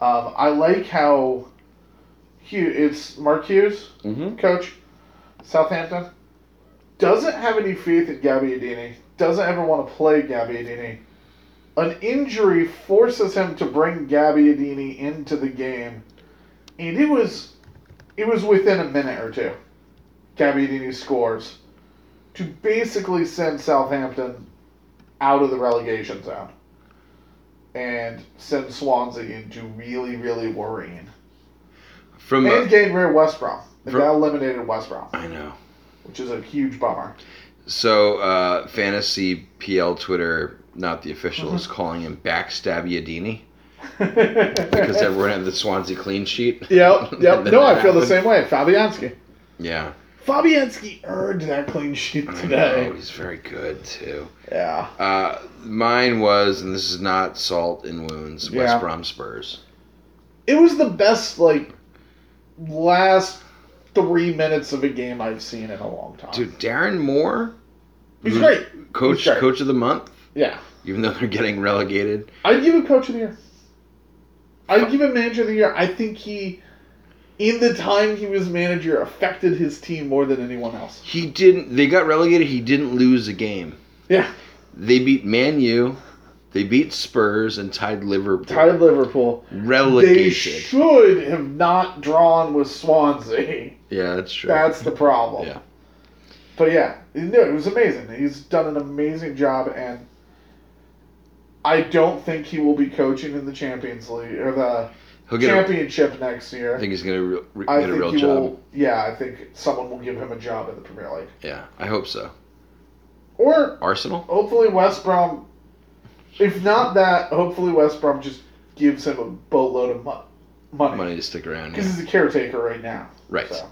Speaker 2: Um, I like how Hugh, it's Mark Hughes,
Speaker 1: Mm-hmm.
Speaker 2: coach, Southampton, doesn't have any faith in Gabbiadini, doesn't ever want to play Gabbiadini. An injury forces him to bring Gabbiadini into the game, and it was it was within a minute or two. Gabbiadini scores to basically send Southampton out of the relegation zone and send Swansea into really, really worrying.
Speaker 1: From
Speaker 2: And
Speaker 1: a,
Speaker 2: gained rear West Brom. They
Speaker 1: Bro-
Speaker 2: got eliminated West Brom,
Speaker 1: I know.
Speaker 2: which is a huge bummer.
Speaker 1: So uh, fantasy PL Twitter, not the official, is
Speaker 2: Mm-hmm.
Speaker 1: calling him backstab Yadini because
Speaker 2: (laughs) yep,
Speaker 1: everyone had the Swansea clean sheet. (laughs)
Speaker 2: yep.
Speaker 1: And then
Speaker 2: No,
Speaker 1: that
Speaker 2: I feel the
Speaker 1: happened.
Speaker 2: same way. Fabianski.
Speaker 1: Yeah.
Speaker 2: Fabianski earned that clean sheet
Speaker 1: I
Speaker 2: (laughs) today.
Speaker 1: know, he's very good too.
Speaker 2: Yeah.
Speaker 1: Uh, mine was, and this is not salt and wounds.
Speaker 2: Yeah.
Speaker 1: West Brom Spurs.
Speaker 2: It was the best, like, last three minutes of a game I've seen in a long time.
Speaker 1: Dude, mm. Darren Moore,
Speaker 2: He's
Speaker 1: who-
Speaker 2: great.
Speaker 1: coach,
Speaker 2: great.
Speaker 1: coach of the month,
Speaker 2: Yeah.
Speaker 1: even though they're getting relegated.
Speaker 2: I'd give him coach of the year. I'd give him manager of the year. I think he, in the time he was manager, affected his team more than anyone else.
Speaker 1: He didn't. They got relegated. He didn't lose a game.
Speaker 2: Yeah.
Speaker 1: They beat Man U. They beat Spurs and tied Liverpool.
Speaker 2: Tied Liverpool. They
Speaker 1: Relegated.
Speaker 2: should have not drawn with Swansea.
Speaker 1: yeah, that's true.
Speaker 2: That's the problem.
Speaker 1: Yeah.
Speaker 2: But yeah, no, it was amazing. He's done an amazing job, and I don't think he will be coaching in the Champions League or the
Speaker 1: He'll get. A,
Speaker 2: championship next year.
Speaker 1: I think he's gonna re- re-
Speaker 2: I
Speaker 1: get a
Speaker 2: think
Speaker 1: real
Speaker 2: he
Speaker 1: job.
Speaker 2: will. Yeah, I think someone will give him a job in the Premier League,
Speaker 1: Yeah, I hope so.
Speaker 2: or
Speaker 1: Arsenal.
Speaker 2: hopefully West Brom. If not that, hopefully West Brom just gives him a boatload of mo- money
Speaker 1: Money to stick around.
Speaker 2: because
Speaker 1: Yeah.
Speaker 2: he's a caretaker right now.
Speaker 1: Right.
Speaker 2: So.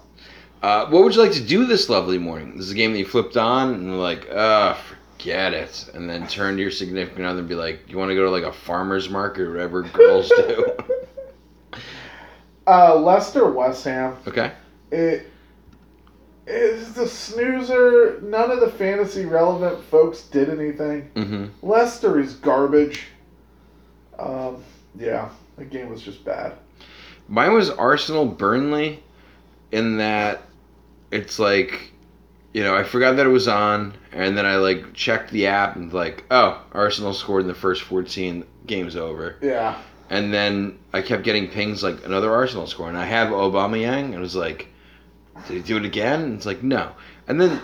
Speaker 1: Uh, what would you like to do this lovely morning? This is a game that you flipped on and were like, uh, forget it. And then turn to your significant other and be like, you want to go to like a farmer's market or whatever girls do.
Speaker 2: Uh, Leicester West Ham.
Speaker 1: okay.
Speaker 2: It is the snoozer. None of the fantasy relevant folks did anything.
Speaker 1: Mm-hmm.
Speaker 2: Lester is garbage. Um, yeah, the game was just bad.
Speaker 1: Mine was Arsenal Burnley, in that it's like, you know, I forgot that it was on, and then I like checked the app and like, oh, Arsenal scored in the first fourteen. Game's over.
Speaker 2: Yeah,
Speaker 1: And then I kept getting pings like another Arsenal score, and I have Aubameyang, and it was like, did he do it again? And it's like no. And then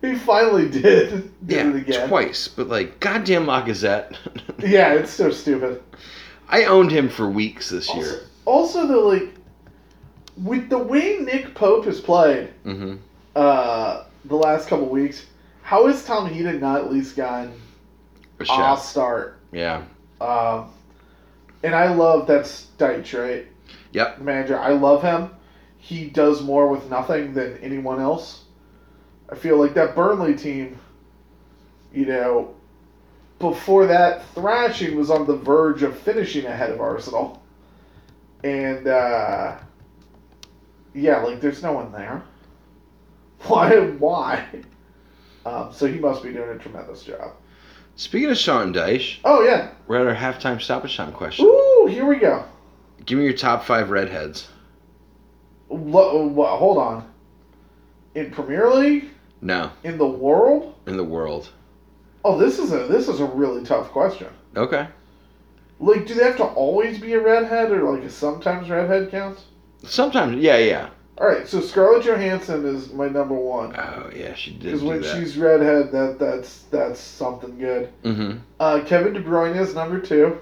Speaker 2: he finally (laughs) did. Did
Speaker 1: yeah,
Speaker 2: it again.
Speaker 1: twice, but like goddamn Lacazette. (laughs)
Speaker 2: Yeah, it's so stupid.
Speaker 1: I owned him for weeks this year.
Speaker 2: Also, though, like with the way Nick Pope has played
Speaker 1: hmm
Speaker 2: uh, the last couple weeks, how has Tom Heaton not at least gotten
Speaker 1: A
Speaker 2: a
Speaker 1: shot.
Speaker 2: start?
Speaker 1: Yeah.
Speaker 2: Um, and I love that's Deitch, right?
Speaker 1: Yep.
Speaker 2: Manager, I love him. He does more with nothing than anyone else. I feel like that Burnley team, you know, before that thrashing was on the verge of finishing ahead of Arsenal. And uh yeah, like there's no one there. (laughs) Why why? Um, so he must be doing a tremendous job.
Speaker 1: Speaking of Sean Dyche,
Speaker 2: Oh yeah.
Speaker 1: we're at our halftime stoppage time question.
Speaker 2: Ooh, here we go.
Speaker 1: Give me your top five redheads.
Speaker 2: Lo- wha- hold on. In Premier League?
Speaker 1: No,
Speaker 2: in the world?
Speaker 1: in the world.
Speaker 2: Oh, this is a this is a really tough question.
Speaker 1: Okay.
Speaker 2: Like, do they have to always be a redhead, or like a sometimes redhead counts?
Speaker 1: Sometimes, yeah, yeah.
Speaker 2: All right, so Scarlett Johansson is my number one
Speaker 1: Oh, yeah, she did
Speaker 2: because
Speaker 1: do
Speaker 2: when
Speaker 1: that.
Speaker 2: she's redhead, that that's that's something good.
Speaker 1: Mm-hmm.
Speaker 2: Uh, Kevin De Bruyne is number two.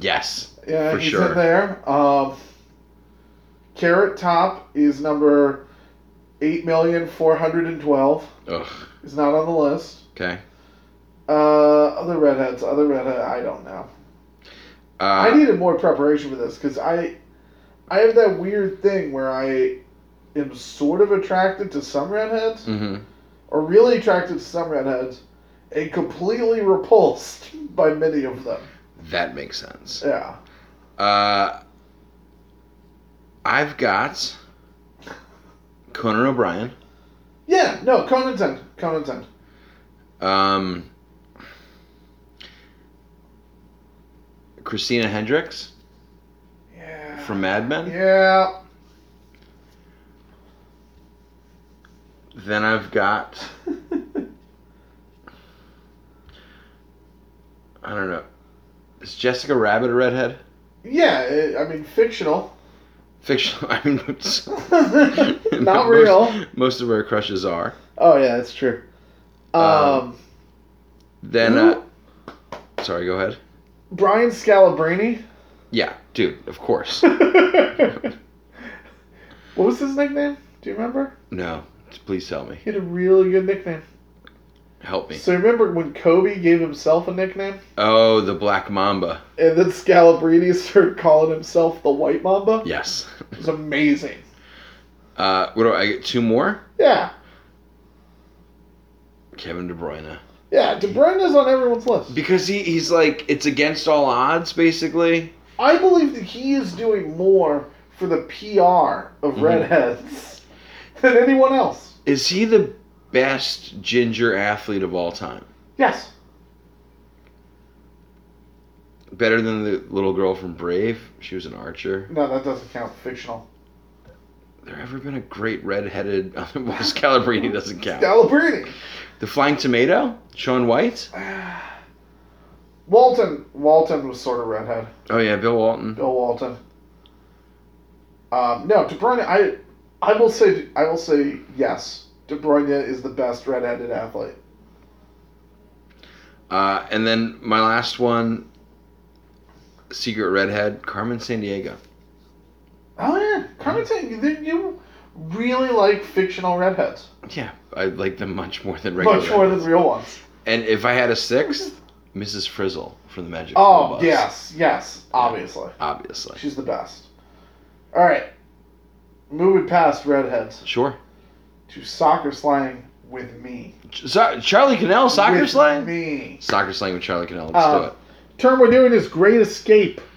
Speaker 1: Yes.
Speaker 2: Yeah,
Speaker 1: For
Speaker 2: he's
Speaker 1: sure.
Speaker 2: in there. Um, Carrot Top is number eight million four hundred and twelve.
Speaker 1: Ugh.
Speaker 2: Is not on the list.
Speaker 1: Okay.
Speaker 2: Uh, other redheads, other redhead, I don't know.
Speaker 1: Uh,
Speaker 2: I needed more preparation for this because I, I have that weird thing where I am sort of attracted to some redheads,
Speaker 1: hmm
Speaker 2: or really attracted to some redheads, and completely repulsed (laughs) by many of them.
Speaker 1: That makes sense.
Speaker 2: Yeah.
Speaker 1: Uh, I've got Conan O'Brien.
Speaker 2: Yeah. No. Conan's in. Conan's in.
Speaker 1: Um, Christina Hendricks
Speaker 2: Yeah.
Speaker 1: from Mad Men.
Speaker 2: Yeah. (laughs)
Speaker 1: Then I've got I don't know. Is Jessica Rabbit a redhead?
Speaker 2: yeah. It, I mean, fictional. (laughs)
Speaker 1: Fictional. (laughs) I mean, it's-
Speaker 2: Not
Speaker 1: most-
Speaker 2: real.
Speaker 1: Most of our crushes are.
Speaker 2: Oh yeah, that's true. Um,
Speaker 1: Um, Then,
Speaker 2: Who-
Speaker 1: uh, sorry, go ahead.
Speaker 2: Brian Scalabrine.
Speaker 1: Yeah, dude, of course. (laughs)
Speaker 2: (laughs) what was his nickname? Do you remember?
Speaker 1: no, please tell me.
Speaker 2: He had a really good nickname.
Speaker 1: Help me.
Speaker 2: So remember when Kobe gave himself a nickname,
Speaker 1: Oh, the Black Mamba.
Speaker 2: and then Scalabrini (laughs) started calling himself the White Mamba?
Speaker 1: Yes.
Speaker 2: It was amazing.
Speaker 1: Uh, what do I get? Two more?
Speaker 2: Yeah,
Speaker 1: Kevin De Bruyne.
Speaker 2: yeah. De Bruyne is on everyone's list.
Speaker 1: Because he, he's like, it's against all odds, basically.
Speaker 2: I believe that he is doing more for the PR of
Speaker 1: Mhm.
Speaker 2: redheads (laughs) than anyone else.
Speaker 1: Is he the best ginger athlete of all time?
Speaker 2: Yes.
Speaker 1: Better than the little girl from Brave? She was an archer.
Speaker 2: No, that doesn't count. Fictional.
Speaker 1: There ever been a great redheaded? (laughs) well, Scalabrini doesn't count.
Speaker 2: Scalabrini.
Speaker 1: the Flying Tomato, Sean White.
Speaker 2: (sighs) Walton. Walton was sort of redhead.
Speaker 1: Oh yeah, Bill Walton.
Speaker 2: Bill Walton. Um, no, De Bruyne. I, I will say, I will say yes. De Bruyne is the best red-handed athlete.
Speaker 1: Uh, and then my last one, secret redhead, Carmen San Diego.
Speaker 2: Oh yeah, Carmen San- you, you really like fictional redheads
Speaker 1: Yeah, I like them much more than regular.
Speaker 2: much more than real ones.
Speaker 1: And if I had a sixth, Mrs. Frizzle from the Magic. School
Speaker 2: Oh
Speaker 1: Bus,
Speaker 2: yes, yes, obviously,
Speaker 1: obviously.
Speaker 2: she's the best. All right, moving past redheads
Speaker 1: Sure.
Speaker 2: to soccer slang with me.
Speaker 1: Ch- So- Charlie Cannell soccer
Speaker 2: With
Speaker 1: slang.
Speaker 2: Me.
Speaker 1: Soccer slang with Charlie Cannell. Let's
Speaker 2: Uh, Term we're doing is great escape.
Speaker 1: do it.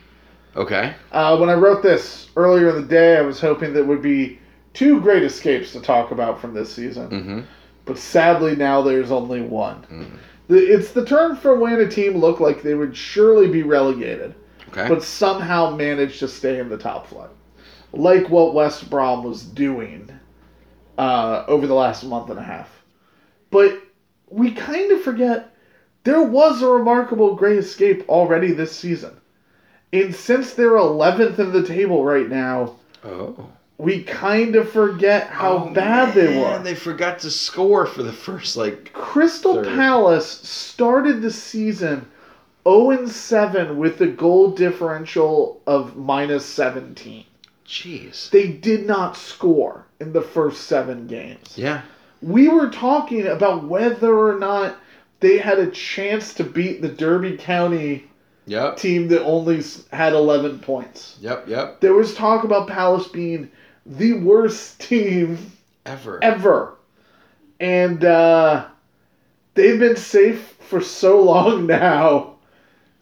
Speaker 1: Okay.
Speaker 2: Uh, when I wrote this earlier in the day, I was hoping that would be two great escapes to talk about from this season,
Speaker 1: Mm-hmm.
Speaker 2: but sadly now there's only one.
Speaker 1: Mm.
Speaker 2: The- It's the term for when a team looked like they would surely be relegated,
Speaker 1: Okay.
Speaker 2: but somehow managed to stay in the top flight, like what West Brom was doing uh, over the last month and a half. But we kind of forget there was a remarkable great escape already this season. And since they're 11th in the table right now,
Speaker 1: oh.
Speaker 2: we kind of forget how
Speaker 1: Oh,
Speaker 2: bad they
Speaker 1: man,
Speaker 2: were.
Speaker 1: They forgot to score for the first like.
Speaker 2: Crystal
Speaker 1: Third.
Speaker 2: Palace started the season 0 7 with a goal differential of minus 17.
Speaker 1: Jeez.
Speaker 2: They did not score in the first seven games.
Speaker 1: Yeah.
Speaker 2: We were talking about whether or not they had a chance to beat the Derby County
Speaker 1: Yep.
Speaker 2: team that only s- had 11 points.
Speaker 1: Yep. Yep.
Speaker 2: There was talk about Palace being the worst (laughs) team
Speaker 1: Ever.
Speaker 2: ever. And uh, they've been safe for so long (laughs) now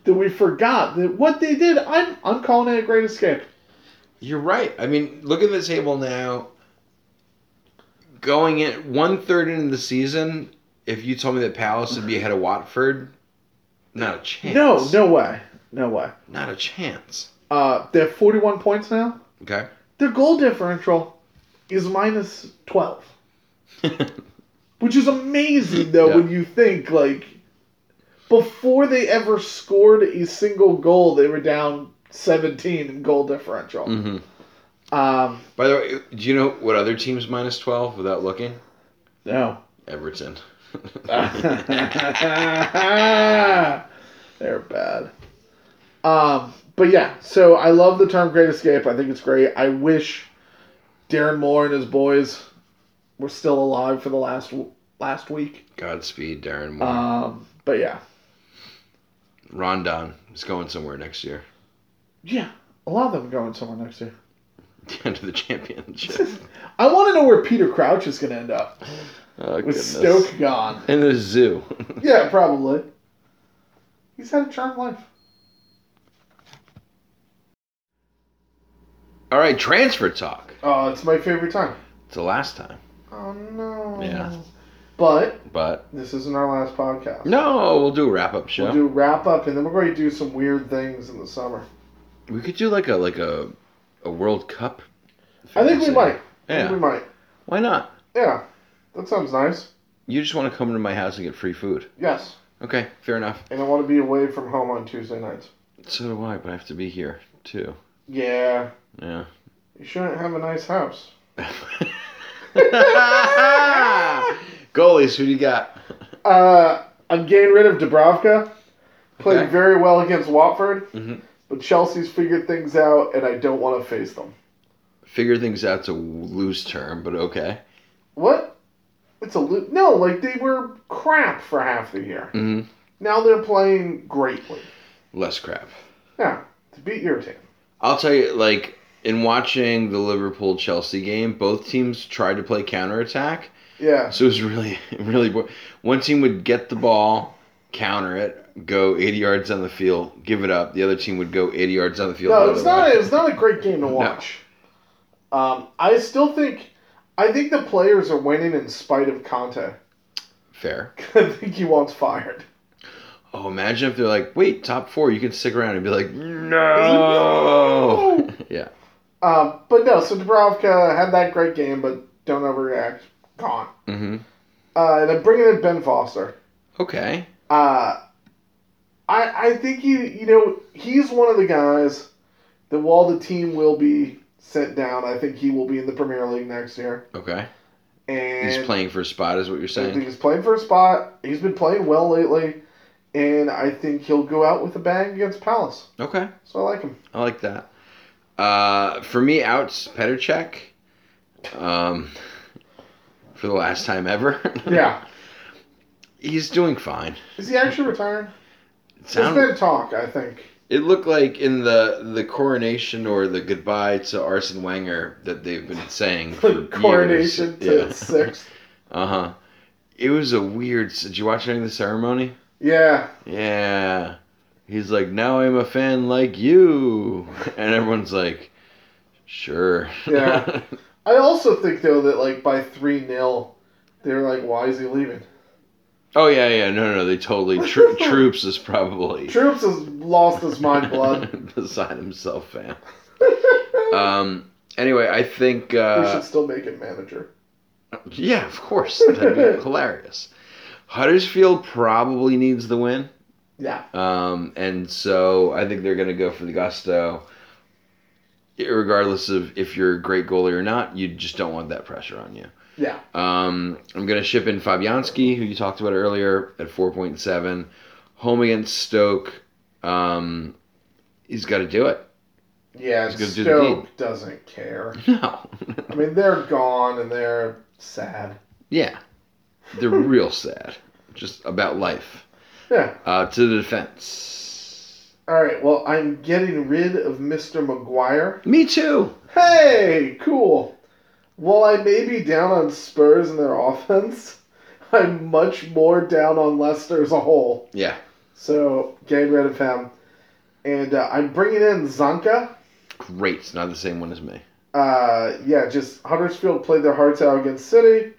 Speaker 2: that we forgot that what they did. I'm I'm calling it a great escape.
Speaker 1: You're right. I mean, look at the table now. Going in one third into the season, if you told me that Palace would be ahead of Watford, not a chance.
Speaker 2: No, no way, no way.
Speaker 1: not a chance.
Speaker 2: Uh, they're 41 points now. (laughs)
Speaker 1: Okay.
Speaker 2: Their goal differential is minus 12,
Speaker 1: Mm-hmm.
Speaker 2: which is amazing though
Speaker 1: Yeah.
Speaker 2: when you think like before they ever scored a single goal, they were down 17 in goal differential.
Speaker 1: Mhm.
Speaker 2: Um,
Speaker 1: By the way, do you know what other teams minus twelve without looking?
Speaker 2: no. (laughs)
Speaker 1: Everton.
Speaker 2: They're bad. Um, but yeah, so I love the term Great Escape. I think it's great. I wish Darren Moore and his boys were still alive for the last last week.
Speaker 1: Godspeed, Darren Moore.
Speaker 2: Um, but yeah,
Speaker 1: Rondon is going somewhere next year. (laughs)
Speaker 2: yeah, a lot of them are going somewhere next year.
Speaker 1: End of the championship.
Speaker 2: (laughs) I want to know where Peter Crouch is going to end up
Speaker 1: Oh,
Speaker 2: with
Speaker 1: goodness.
Speaker 2: Stoke gone.
Speaker 1: In the
Speaker 2: (laughs)
Speaker 1: zoo.
Speaker 2: Yeah, probably. He's had a charmed life.
Speaker 1: All right, transfer talk.
Speaker 2: Oh, it's my favorite time.
Speaker 1: It's the last time,
Speaker 2: Oh no.
Speaker 1: Yeah.
Speaker 2: But
Speaker 1: but
Speaker 2: This isn't our last podcast.
Speaker 1: no, we'll do a wrap up show.
Speaker 2: We'll do a wrap up, and then we're going to do some weird things in the summer.
Speaker 1: We could do like a like a a World Cup.
Speaker 2: I think we might. I think
Speaker 1: Yeah.
Speaker 2: we might.
Speaker 1: Why not?
Speaker 2: Yeah. That sounds nice.
Speaker 1: You just want to come to my house and get free food.
Speaker 2: Yes.
Speaker 1: Okay, fair enough.
Speaker 2: And I want to be away from home on Tuesday nights.
Speaker 1: So do I, but I have to be here too.
Speaker 2: Yeah. (laughs)
Speaker 1: Yeah.
Speaker 2: You shouldn't have a nice house.
Speaker 1: Goalies, who do you got?
Speaker 2: Uh, I'm getting rid of Dubrovka. Played
Speaker 1: Okay.
Speaker 2: very well against Watford,
Speaker 1: Mhm.
Speaker 2: but Chelsea's figured things out, and I don't want to face them.
Speaker 1: Figure things out's a loose term, but okay.
Speaker 2: What? It's a lo- no. Like they were crap for half the year.
Speaker 1: hmm
Speaker 2: Now they're playing greatly.
Speaker 1: Less crap.
Speaker 2: Yeah, to beat your team.
Speaker 1: I'll tell you, like in watching the Liverpool Chelsea game, both teams tried to play counterattack.
Speaker 2: Yeah.
Speaker 1: So it was really, (laughs) really boring. One team would get the ball, counter it, go 80 yards on the field, give it up. The other team would go 80 yards on the field.
Speaker 2: No,
Speaker 1: the
Speaker 2: it was
Speaker 1: other
Speaker 2: not.
Speaker 1: way.
Speaker 2: It was not a great game to watch. Um, I still think, I think the players are winning in spite of Conte. (laughs)
Speaker 1: Fair.
Speaker 2: I think he wants fired.
Speaker 1: Oh, imagine if they're like, wait, top four, you can stick around and be like, no. (laughs) yeah.
Speaker 2: Um, but no, so Dubrovka had that great game, but don't overreact. Gone.
Speaker 1: hmm
Speaker 2: Uh, and I'm bringing in Ben Foster.
Speaker 1: Okay.
Speaker 2: Uh, I I think you you know he's one of the guys that while the team will be sent down, I think he will be in the Premier League next year.
Speaker 1: Okay.
Speaker 2: And
Speaker 1: He's playing for a spot, is what you're
Speaker 2: I think
Speaker 1: saying.
Speaker 2: he's playing for a spot. He's been playing well lately, and I think he'll go out with a bang against Palace.
Speaker 1: Okay.
Speaker 2: So I like him.
Speaker 1: I like that. Uh, for me, outs Petacek. Um, (laughs) for the last time ever. (laughs)
Speaker 2: Yeah.
Speaker 1: He's doing fine.
Speaker 2: Is he actually retiring? There's
Speaker 1: Sound-
Speaker 2: been talk, I think.
Speaker 1: It looked like in the the coronation or the goodbye to Arsene Wenger that they've been saying for
Speaker 2: (laughs) Coronation to
Speaker 1: years.
Speaker 2: its sixth.
Speaker 1: Uh huh. It was a weird. s- Did you watch any of the ceremony?
Speaker 2: Yeah.
Speaker 1: Yeah. He's like, now I'm a (laughs) fan like you, and everyone's like, sure.
Speaker 2: Yeah. I also think though that like by three 0 they were like, why is he leaving?
Speaker 1: (laughs) Oh yeah, yeah, no, no, they totally tro- troops is probably
Speaker 2: Troops has lost his mind
Speaker 1: (laughs)
Speaker 2: blood.
Speaker 1: beside himself, fan.
Speaker 2: we
Speaker 1: Um. Anyway, I think. Uh,
Speaker 2: should still make him manager.
Speaker 1: yeah, of course, that'd
Speaker 2: (laughs)
Speaker 1: be hilarious. Huddersfield probably needs the win,
Speaker 2: Yeah,
Speaker 1: um, and so I think they're gonna go for the gusto. Regardless of if you're a great goalie or not, you just don't want that pressure on you.
Speaker 2: yeah.
Speaker 1: Um, I'm going to ship in Fabianski, who you talked about earlier, at 4.7. Home against Stoke. Um, he's got to do it. (laughs)
Speaker 2: Yeah,
Speaker 1: He's gonna
Speaker 2: Stoke
Speaker 1: do the
Speaker 2: doesn't care.
Speaker 1: No. (laughs)
Speaker 2: I mean, they're gone and they're sad.
Speaker 1: yeah. They're real sad. Just about life.
Speaker 2: Yeah.
Speaker 1: Uh, to the defense.
Speaker 2: All right. Well, I'm getting rid of Mr. McGuire.
Speaker 1: Me too.
Speaker 2: Hey, cool. While I may be down on Spurs and their (laughs) offense, I'm much more down on Leicester as a whole.
Speaker 1: Yeah.
Speaker 2: So getting rid of him, and uh, I'm bringing in Zanka.
Speaker 1: Great. It's not the same one as me.
Speaker 2: uh, yeah, just Huddersfield played their hearts out against City.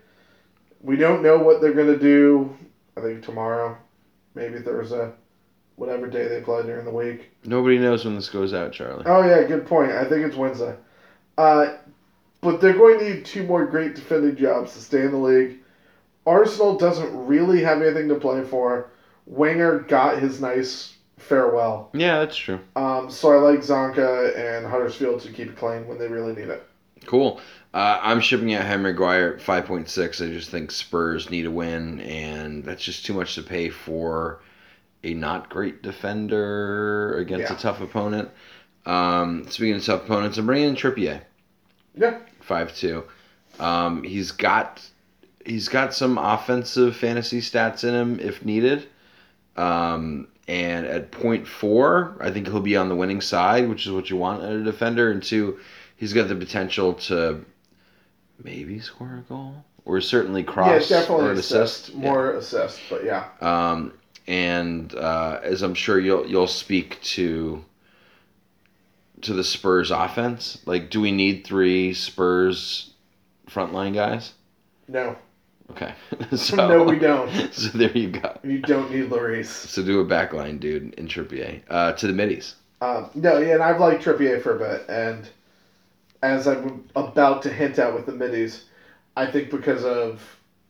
Speaker 2: We don't know what they're going to do. I think tomorrow, maybe Thursday, whatever day they play during the week.
Speaker 1: Nobody knows when this goes out, Charlie.
Speaker 2: Oh, yeah, good point. I think it's Wednesday. Uh, but they're going to need two more great defending jobs to stay in the league. Arsenal doesn't really have anything to play for. Wenger got his nice farewell.
Speaker 1: Yeah, that's true.
Speaker 2: Um, so I like Zonka and Huddersfield to keep it clean when they really need it.
Speaker 1: Cool. Uh, I'm shipping out Henry Maguire at 5.6. I just think Spurs need a win, and that's just too much to pay for a not great defender against
Speaker 2: Yeah.
Speaker 1: a tough opponent. Um, speaking of tough opponents, I'm bringing in Trippier,
Speaker 2: Yeah.
Speaker 1: 5.2. Um, he's got he's got some offensive fantasy stats in him if needed. Um, and at point four, I think he'll be on the winning side, which is what you want at a defender. And two, he's got the potential to maybe score a goal or certainly cross
Speaker 2: yeah, definitely
Speaker 1: or an
Speaker 2: assist.
Speaker 1: assist.
Speaker 2: More assist, but yeah.
Speaker 1: Yeah. Um, and uh, as I'm sure you'll you'll speak to to the Spurs offense, like do we need three Spurs frontline guys?
Speaker 2: No.
Speaker 1: Okay, (laughs) so
Speaker 2: no, we don't.
Speaker 1: (laughs) So there you go.
Speaker 2: You don't need Lloris.
Speaker 1: So do a backline dude in Trippier uh, to the middies.
Speaker 2: Um, no, yeah, and I've liked Trippier for a bit, and as I'm about to hint at with the middies, I think because of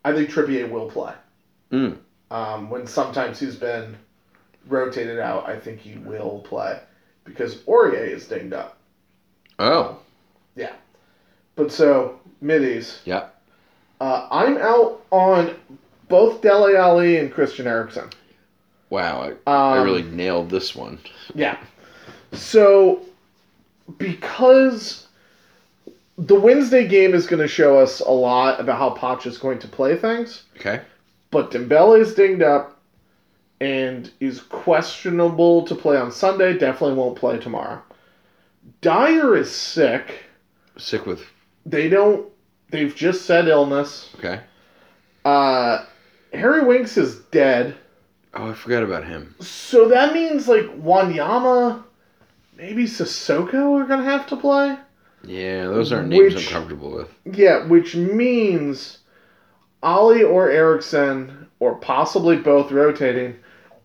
Speaker 2: I think Trippier will play.
Speaker 1: Mm.
Speaker 2: Um, when sometimes he's been rotated out, I think he will play because Aurier is dinged up.
Speaker 1: Oh,
Speaker 2: But so middies.
Speaker 1: Yeah.
Speaker 2: Uh, I'm out on both Dele Alli and Christian Eriksen.
Speaker 1: wow! I,
Speaker 2: Um,
Speaker 1: I really nailed this one.
Speaker 2: Yeah. So, because the Wednesday game is going to show us a lot about how Poch is going to play things,
Speaker 1: Okay.
Speaker 2: but Dembele is dinged up and is questionable to play on Sunday. Definitely won't play tomorrow. Dyer is sick.
Speaker 1: Sick with.
Speaker 2: They don't. They've just said illness.
Speaker 1: Okay.
Speaker 2: Uh, Harry Winks is dead.
Speaker 1: Oh, I forgot about him.
Speaker 2: So that means like Wanyama, maybe Sissoko are gonna have to play.
Speaker 1: Yeah, those aren't names
Speaker 2: Which-
Speaker 1: I'm comfortable with.
Speaker 2: Yeah, which means Ollie or Erickson, or possibly both rotating,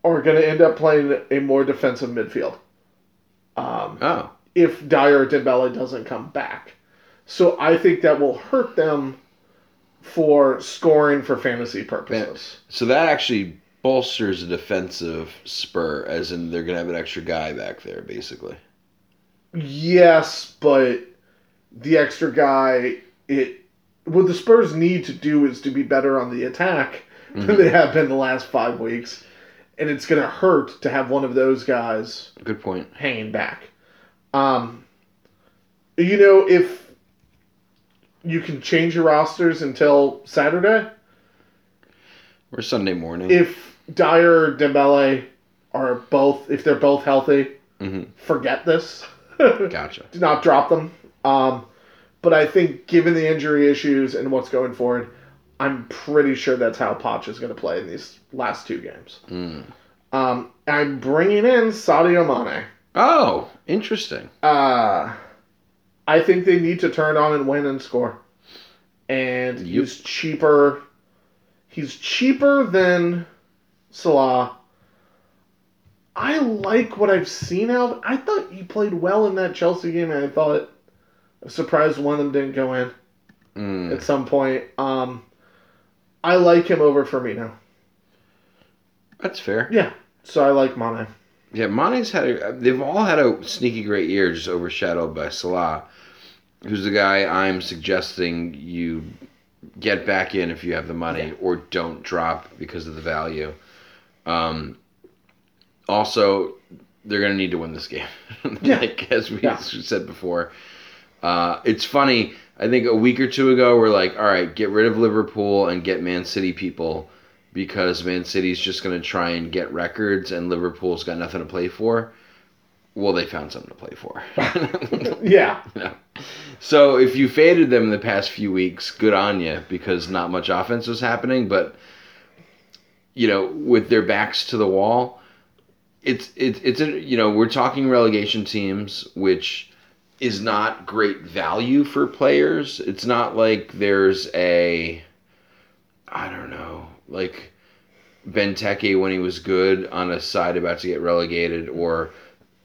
Speaker 2: are going to end up playing a more defensive midfield um,
Speaker 1: Oh,
Speaker 2: if Dyer or Dembele doesn't come back. So I think that will hurt them for scoring for fantasy purposes.
Speaker 1: so that actually bolsters a defensive spur, as in they're gonna have an extra guy back there, basically.
Speaker 2: Yes, but the extra guy, it what the Spurs need to do is to be better on the attack. than
Speaker 1: Mhm.
Speaker 2: they have been the last five weeks. And it's going to hurt to have one of those guys
Speaker 1: (laughs) Good point.
Speaker 2: hanging back. Um, you know, if you can change your rosters until Saturday,
Speaker 1: Or Sunday morning.
Speaker 2: if Dyer or Dembele are both, if they're both healthy,
Speaker 1: Mhm.
Speaker 2: forget this. (laughs)
Speaker 1: Gotcha.
Speaker 2: Do not drop them. Um, but I think given the injury issues and what's going forward, I'm pretty sure that's how Poch is going to play in these last two games.
Speaker 1: Mm.
Speaker 2: Um, I'm bringing in Sadio Mane.
Speaker 1: Oh, interesting.
Speaker 2: Uh, I think they need to turn on and win and score. and
Speaker 1: Yep.
Speaker 2: he's cheaper. He's cheaper than Salah. I like what I've seen out. I thought he played well in that Chelsea game, and I thought I was surprised one of them didn't go in
Speaker 1: Mm.
Speaker 2: at some point. Um, I like him over Firmino.
Speaker 1: That's fair.
Speaker 2: Yeah, so I like Mane. (laughs)
Speaker 1: Yeah, Mane's had a, they've all had a sneaky great year, just overshadowed by Salah, who's the guy I'm suggesting you get back in if you have the money, or don't drop because of the value. Um, also, they're gonna need to win this game, (laughs)
Speaker 2: Yeah.
Speaker 1: like as we
Speaker 2: Yeah.
Speaker 1: said before. Uh, it's funny. I think a week or two ago, we're like, all right, get rid of Liverpool and get Man City people because Man City's just going to try and get records and Liverpool's got nothing to play for. Well, they found something to play for.
Speaker 2: Yeah,
Speaker 1: so if you faded them in the past few weeks, good on you because not much offense was happening. But you know, with their backs to the wall, it's it's it's a, you know we're talking relegation teams, which is not great value for players. It's not like there's a I don't know like Benteke when he was good on a side about to get relegated or.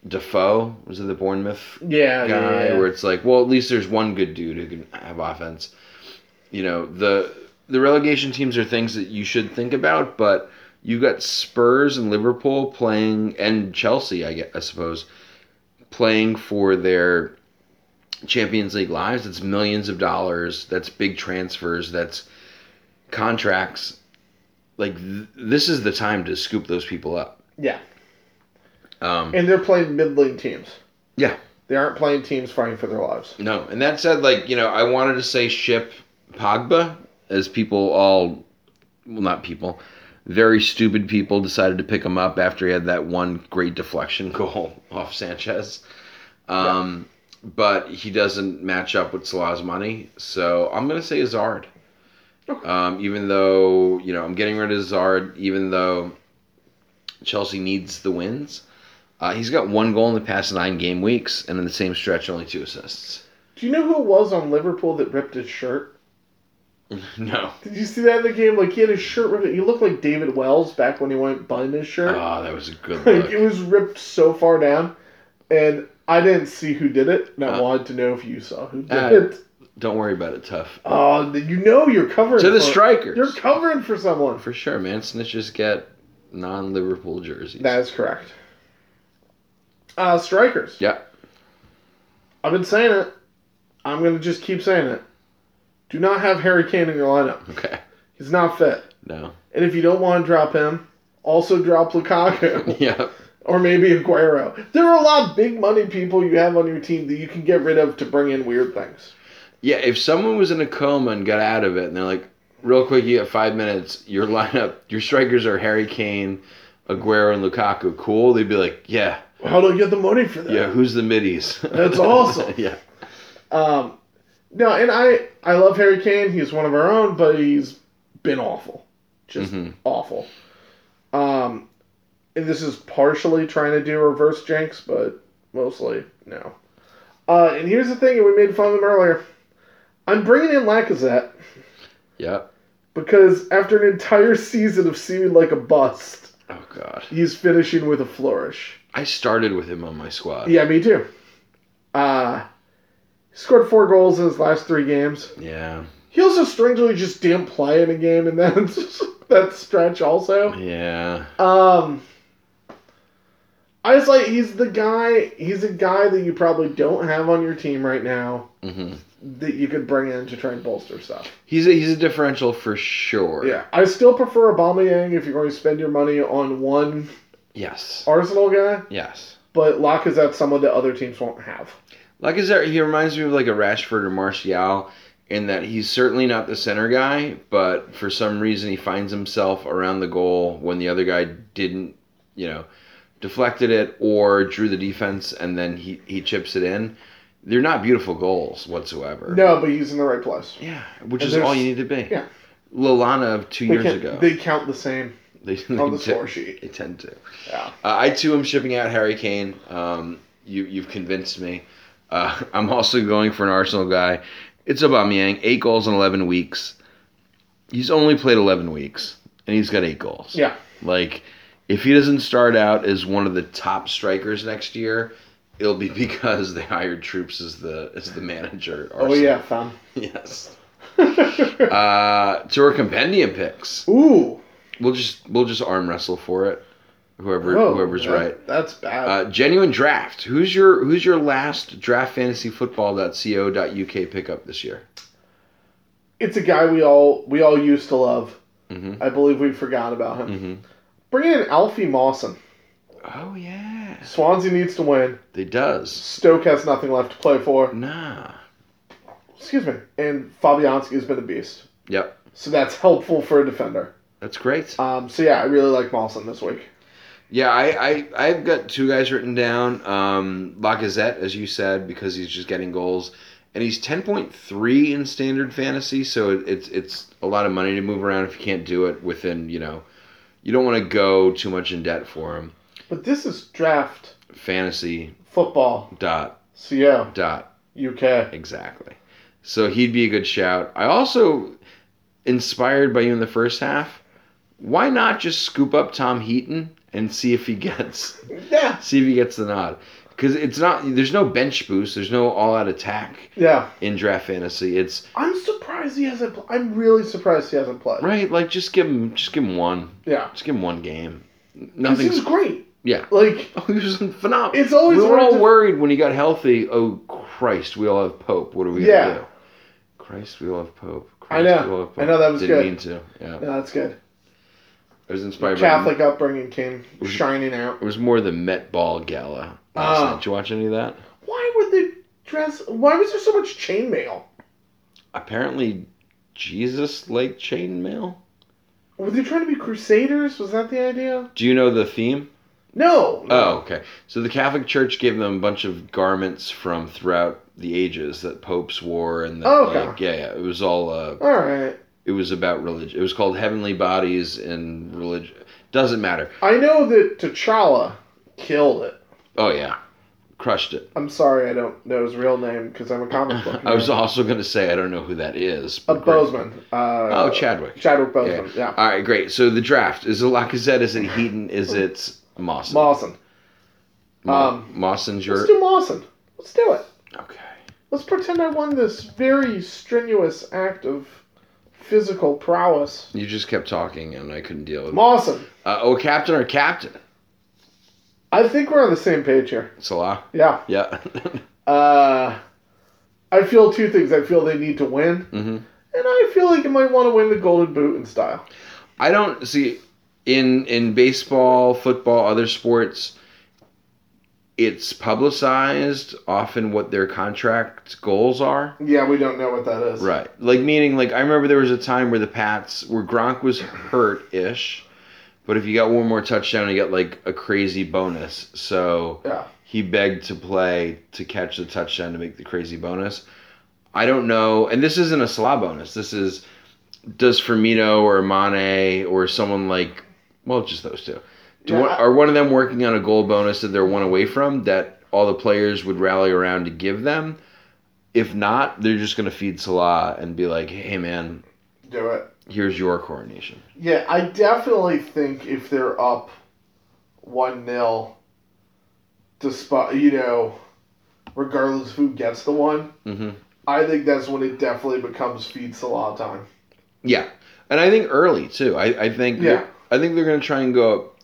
Speaker 1: Defoe was it the Bournemouth
Speaker 2: yeah, yeah,
Speaker 1: guy
Speaker 2: yeah.
Speaker 1: where it's like, well, at least there's one good dude who can have offense. You know, the the relegation teams are things that you should think about, but you got Spurs and Liverpool playing and Chelsea, I guess, I suppose, playing for their Champions League lives. That's millions of dollars. That's big transfers. That's contracts. Like th- this is the time to scoop those people up.
Speaker 2: yeah.
Speaker 1: Um,
Speaker 2: And they're playing middling teams.
Speaker 1: Yeah.
Speaker 2: They aren't playing teams fighting for their lives.
Speaker 1: No, and that said, like you know, I wanted to say ship Pogba, as people all, well, not people, very stupid people decided to pick him up after he had that one great deflection (laughs) goal off Sanchez. Um, But he doesn't match up with Salah's money, so I'm gonna say Hazard.
Speaker 2: Okay.
Speaker 1: Um, even though you know I'm getting rid of Hazard, even though Chelsea needs the wins. Uh, he's got one goal in the past nine game weeks, and in the same stretch, only two assists.
Speaker 2: Do you know who it was on Liverpool that ripped his shirt?
Speaker 1: (laughs) No.
Speaker 2: Did you see that in the game? Like he had his shirt ripped. He looked like David Wells back when he went button his shirt.
Speaker 1: Oh, that was a good
Speaker 2: (laughs) like it
Speaker 1: look.
Speaker 2: was ripped so far down, and I didn't see who did it, and I
Speaker 1: Uh.
Speaker 2: wanted to know if you saw who did
Speaker 1: Uh.
Speaker 2: it.
Speaker 1: Don't worry about it, tough.
Speaker 2: Oh, you know you're covering
Speaker 1: To the
Speaker 2: for-
Speaker 1: strikers.
Speaker 2: You're covering for someone.
Speaker 1: For sure, man. Snitches get non Liverpool jerseys.
Speaker 2: That is correct. Uh, strikers.
Speaker 1: Yeah.
Speaker 2: I've been saying it. I'm gonna just keep saying it. Do not have Harry Kane in your lineup.
Speaker 1: Okay.
Speaker 2: He's not fit. (laughs)
Speaker 1: No. (laughs)
Speaker 2: And if you don't want to drop him, also drop Lukaku (laughs)
Speaker 1: Yeah.
Speaker 2: or maybe Aguero. There are a lot of big money people you have on your team that you can get rid of to bring in weird things.
Speaker 1: Yeah, if someone was in a coma and got out of it and they're like, real quick, you got five minutes, your lineup, your strikers are Harry Kane, Aguero, and Lukaku. Cool? They'd be like, yeah.
Speaker 2: How do I get the money for that?
Speaker 1: Yeah, who's the middies?
Speaker 2: (laughs) That's awesome.
Speaker 1: (laughs) yeah.
Speaker 2: Um, no, and I I love Harry Kane. He's one of our own, but he's been awful, just
Speaker 1: Mhm.
Speaker 2: awful. Um, and this is partially trying to do reverse jinx, but mostly no. Uh, and here's the thing, and we made fun of him earlier. I'm bringing in Lacazette
Speaker 1: Yeah.
Speaker 2: because after an entire season of seeming like a bust,
Speaker 1: Oh, God.
Speaker 2: he's finishing with a flourish.
Speaker 1: I started with him on my squad.
Speaker 2: Yeah, me too. Uh, he scored four goals in his last three games.
Speaker 1: Yeah.
Speaker 2: He also strangely just didn't play in a game in that (laughs) that stretch. Also,
Speaker 1: Yeah.
Speaker 2: um, I was like, he's the guy. He's a guy that you probably don't have on your team right now
Speaker 1: hmm
Speaker 2: that you could bring in to try and bolster stuff.
Speaker 1: He's a, he's a differential for sure.
Speaker 2: Yeah, I still prefer Aubameyang if you're going to spend your money on one
Speaker 1: Yes.
Speaker 2: Arsenal guy,
Speaker 1: Yes.
Speaker 2: but Lacazette's someone that other teams won't have.
Speaker 1: Like is there, he reminds me of like a Rashford or Martial in that he's certainly not the center guy, but for some reason he finds himself around the goal when the other guy didn't, you know, deflected it or drew the defense and then he, he chips it in. They're not beautiful goals whatsoever.
Speaker 2: No, but he's in the right place.
Speaker 1: Yeah, which
Speaker 2: And
Speaker 1: is all
Speaker 2: there's-
Speaker 1: you need to be.
Speaker 2: yeah.
Speaker 1: Lolana of two
Speaker 2: They
Speaker 1: years
Speaker 2: can't-
Speaker 1: ago.
Speaker 2: They count the same
Speaker 1: They- they
Speaker 2: on the
Speaker 1: did-
Speaker 2: score sheet.
Speaker 1: They tend to.
Speaker 2: Yeah.
Speaker 1: Uh, I too am shipping out Harry (laughs) Kane. Um, you you've convinced me. Uh, I'm also going for an Arsenal guy, It's Aubameyang, eight goals in eleven weeks. He's only played eleven weeks, and he's got eight goals.
Speaker 2: Yeah.
Speaker 1: Like, if he doesn't start out as one of the top strikers next year, it'll be (laughs) because they hired Troops as the as the manager.
Speaker 2: Oh yeah, fam. (laughs)
Speaker 1: (laughs) Yes. Uh, to our compendium picks,
Speaker 2: Ooh.
Speaker 1: we'll just we'll just arm wrestle for it. Whoever
Speaker 2: Whoa,
Speaker 1: whoever's
Speaker 2: that-
Speaker 1: right.
Speaker 2: That's bad.
Speaker 1: Uh, genuine draft. Who's your Who's your last draft fantasy football.co.uk pickup this year?
Speaker 2: it's a guy we all we all used to love.
Speaker 1: Mm-hmm.
Speaker 2: I believe we forgot about him.
Speaker 1: Mm-hmm.
Speaker 2: Bring in Alfie Mawson.
Speaker 1: Oh yeah,
Speaker 2: Swansea needs to win.
Speaker 1: they does.
Speaker 2: Stoke has nothing left to play for.
Speaker 1: Nah.
Speaker 2: Excuse me. And Fabianski has been a beast.
Speaker 1: Yep,
Speaker 2: So that's helpful for a defender.
Speaker 1: that's great.
Speaker 2: Um, so yeah, I really like Mawson this week.
Speaker 1: Yeah, I, I I've got two guys written down. Um, Lacazette, as you said, because he's just getting goals, and he's ten point three in standard fantasy. So it, it's it's a lot of money to move around if you can't do it within you know, you don't want to go too much in debt for him.
Speaker 2: But this is draft
Speaker 1: Fantasy
Speaker 2: football.
Speaker 1: dot
Speaker 2: So yeah,
Speaker 1: dot
Speaker 2: UK.
Speaker 1: Exactly. So he'd be a good shout. I also, inspired by you in the first half, why not just scoop up Tom Heaton and see if he gets (laughs)
Speaker 2: Yeah.
Speaker 1: see if he gets the nod? Because it's not there's no bench boost, there's no all out attack
Speaker 2: Yeah.
Speaker 1: in draft fantasy. It's
Speaker 2: I'm surprised he hasn't. Pl- I'm really surprised he hasn't played.
Speaker 1: right, like just give him just give him one,
Speaker 2: Yeah.
Speaker 1: just give him one game.
Speaker 2: 'Cause he
Speaker 1: (laughs)
Speaker 2: was
Speaker 1: Nothing's
Speaker 2: great.
Speaker 1: yeah.
Speaker 2: Like
Speaker 1: Oh, he was phenomenal.
Speaker 2: It's always
Speaker 1: we were
Speaker 2: hard
Speaker 1: all
Speaker 2: to-
Speaker 1: worried when he got healthy. Oh Christ, we all have Pope. What are we
Speaker 2: Yeah.
Speaker 1: gonna do? Christ, we all have Pope.
Speaker 2: I
Speaker 1: Christ,
Speaker 2: know.
Speaker 1: we all have
Speaker 2: I know, that was
Speaker 1: Didn't
Speaker 2: good.
Speaker 1: mean to. Yeah,
Speaker 2: yeah, that's good.
Speaker 1: I was inspired. By,
Speaker 2: Catholic upbringing came
Speaker 1: Was-
Speaker 2: shining out.
Speaker 1: it was more the Met Ball gala. last
Speaker 2: Oh.
Speaker 1: night. Did you watch any of that?
Speaker 2: Why would they dress? Why was there so much chainmail?
Speaker 1: Apparently, Jesus liked chainmail.
Speaker 2: Were they trying to be crusaders? Was that the idea?
Speaker 1: Do you know the theme?
Speaker 2: No.
Speaker 1: Oh, okay. So the Catholic Church gave them a bunch of garments from throughout the ages that popes wore, and that,
Speaker 2: Oh, okay.
Speaker 1: like, yeah, yeah, it was all uh,
Speaker 2: All right.
Speaker 1: it was about religion. It was called Heavenly Bodies and Religion. Doesn't matter.
Speaker 2: I know that T'Challa killed it.
Speaker 1: Oh yeah, crushed it.
Speaker 2: I'm sorry, I don't know his real name because I'm a comic book.
Speaker 1: (laughs) I was
Speaker 2: nerd.
Speaker 1: also gonna say I don't know who that is.
Speaker 2: a
Speaker 1: but great.
Speaker 2: Bozeman. Uh,
Speaker 1: Oh Chadwick.
Speaker 2: Chadwick Boseman. Yeah.
Speaker 1: All right, great. So the draft is it Lacazette? Is it Heaton? Is it Mawson?
Speaker 2: Mawson.
Speaker 1: Ma-
Speaker 2: um,
Speaker 1: Mawson's your
Speaker 2: Let's do Mawson. Let's do it.
Speaker 1: okay.
Speaker 2: Let's pretend I won this very strenuous act of physical prowess.
Speaker 1: You just kept talking and I couldn't deal with it.
Speaker 2: Mawson.
Speaker 1: Uh, oh, captain or captain?
Speaker 2: I think we're on the same page here.
Speaker 1: Salah.
Speaker 2: Yeah.
Speaker 1: Yeah. (laughs)
Speaker 2: Uh, I feel two things. I feel they need to win,
Speaker 1: hmm
Speaker 2: and I feel like you might want to win the Golden Boot in style.
Speaker 1: I don't see in in baseball, football, other sports. It's publicized often what their contract goals are.
Speaker 2: Yeah, we don't know what that is.
Speaker 1: Right. Like meaning like I remember there was a time where the Pats where Gronk was hurt ish, but if you got one more touchdown, you got like a crazy bonus. So
Speaker 2: Yeah.
Speaker 1: he begged to play to catch the touchdown to make the crazy bonus. I don't know, and this isn't a Salah bonus. This is does Firmino or Mane or someone like well, just those two. Do
Speaker 2: Yeah,
Speaker 1: one,
Speaker 2: I-
Speaker 1: are one of them working on a goal bonus that they're one away from that all the players would rally around to give them? If not, they're just going to feed Salah and be like, "Hey man,
Speaker 2: Do it.
Speaker 1: here's your coronation."
Speaker 2: Yeah, I definitely think if they're up one 0 despite you know, regardless of who gets the one,
Speaker 1: hmm
Speaker 2: I think that's when it definitely becomes feed Salah time.
Speaker 1: Yeah, and I think early too. I I think
Speaker 2: Yeah.
Speaker 1: I think they're going to try and go up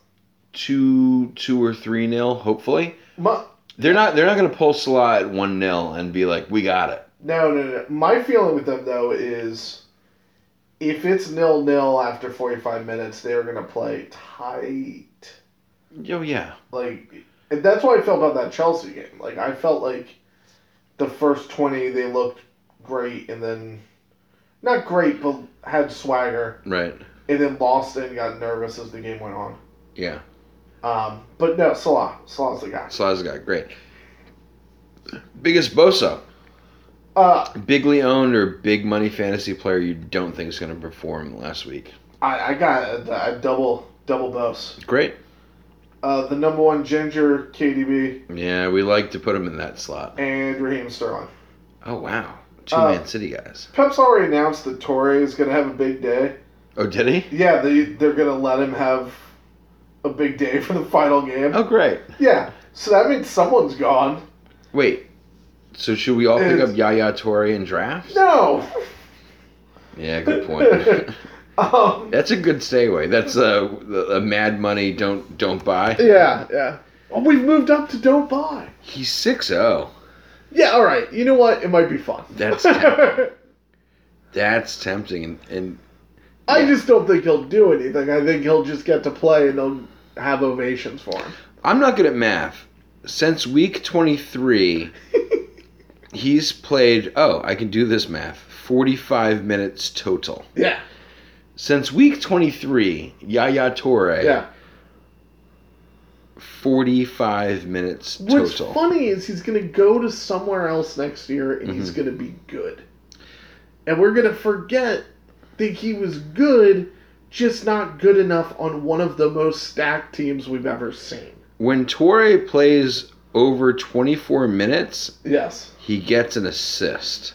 Speaker 1: two two or three nil. Hopefully,
Speaker 2: My,
Speaker 1: they're not they're not going to pull Salah at one nil and be like, "We got it."
Speaker 2: no, no, no. My feeling with them though is, if it's nil nil after forty five minutes, they're gonna play tight.
Speaker 1: Oh yeah,
Speaker 2: like and that's why I felt about that Chelsea game. Like I felt like the first twenty they looked great and then not great but had swagger
Speaker 1: right.
Speaker 2: and then lost and got nervous as the game went on.
Speaker 1: Yeah,
Speaker 2: Um, but no, Salah, Salah's the guy.
Speaker 1: Salah's got great. Biggest Bosa,
Speaker 2: Uh,
Speaker 1: bigly owned or big money fantasy player you don't think is going to perform last week?
Speaker 2: I, I got a, a double double dose.
Speaker 1: Great.
Speaker 2: Uh, the number one ginger KDB
Speaker 1: Yeah, we like to put him in that slot.
Speaker 2: and Raheem Sterling.
Speaker 1: Oh wow, Two
Speaker 2: Uh,
Speaker 1: Man City guys.
Speaker 2: Pep's already announced that Torre is going to have a big day.
Speaker 1: Oh, did he?
Speaker 2: Yeah, they, they're going to let him have a big day for the final game.
Speaker 1: Oh, great.
Speaker 2: Yeah, so that means someone's gone.
Speaker 1: Wait. So should we all pick
Speaker 2: It's-
Speaker 1: up Yaya Torre and draft?
Speaker 2: No! (laughs)
Speaker 1: Yeah, good (laughs) point.
Speaker 2: um,
Speaker 1: That's a good segue. That's a, a Mad Money don't don't buy.
Speaker 2: yeah, yeah. Oh, we've moved up to don't buy.
Speaker 1: He's oh. 6-0.
Speaker 2: Yeah, all right. You know what? It might be fun. (laughs)
Speaker 1: That's
Speaker 2: I
Speaker 1: tempting. That's tempting and, and
Speaker 2: just don't think he'll do anything. I think he'll just get to play and they'll have ovations for him.
Speaker 1: I'm not good at math. Since week
Speaker 2: (laughs)
Speaker 1: 23, he's played, oh, I can do this math, 45 minutes total.
Speaker 2: Yeah,
Speaker 1: Since week 23, Yaya Torre,
Speaker 2: yeah.
Speaker 1: 45 minutes
Speaker 2: What's
Speaker 1: total.
Speaker 2: funny is he's gonna go to somewhere else next year and
Speaker 1: Mm-hmm.
Speaker 2: he's gonna be good, and we're gonna forget that he was good, just not good enough on one of the most stacked teams we've ever seen.
Speaker 1: When Torre plays over 24 minutes,
Speaker 2: Yes.
Speaker 1: he gets an assist.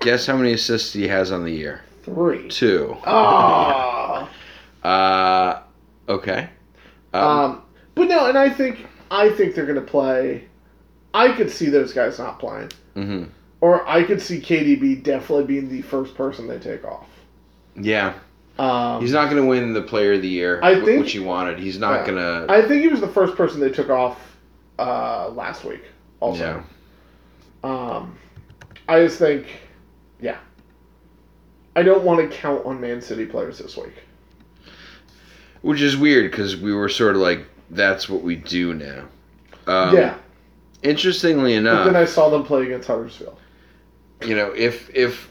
Speaker 1: Guess how many assists he has on the year?
Speaker 2: (laughs) Three.
Speaker 1: Two.
Speaker 2: Ah.
Speaker 1: Uh, okay. Um,
Speaker 2: Um, but no, and I think I think they're gonna play. I could see those guys not playing,
Speaker 1: mhm.
Speaker 2: or I could see KDB definitely being the first person they take off.
Speaker 1: Yeah.
Speaker 2: Um,
Speaker 1: He's not going to win the Player of the Year,
Speaker 2: I
Speaker 1: wh-
Speaker 2: think-
Speaker 1: which he wanted. He's not
Speaker 2: Yeah.
Speaker 1: going to.
Speaker 2: I think he was the first person they took off uh, last week.
Speaker 1: Yeah.
Speaker 2: Also, um, I just think, yeah, I don't want to count on Man City players this week.
Speaker 1: Which is weird because we were sort of like, that's what we do now. Um,
Speaker 2: yeah,
Speaker 1: Interestingly
Speaker 2: but then
Speaker 1: enough,
Speaker 2: I saw them play against Huddersfield.
Speaker 1: you know, if if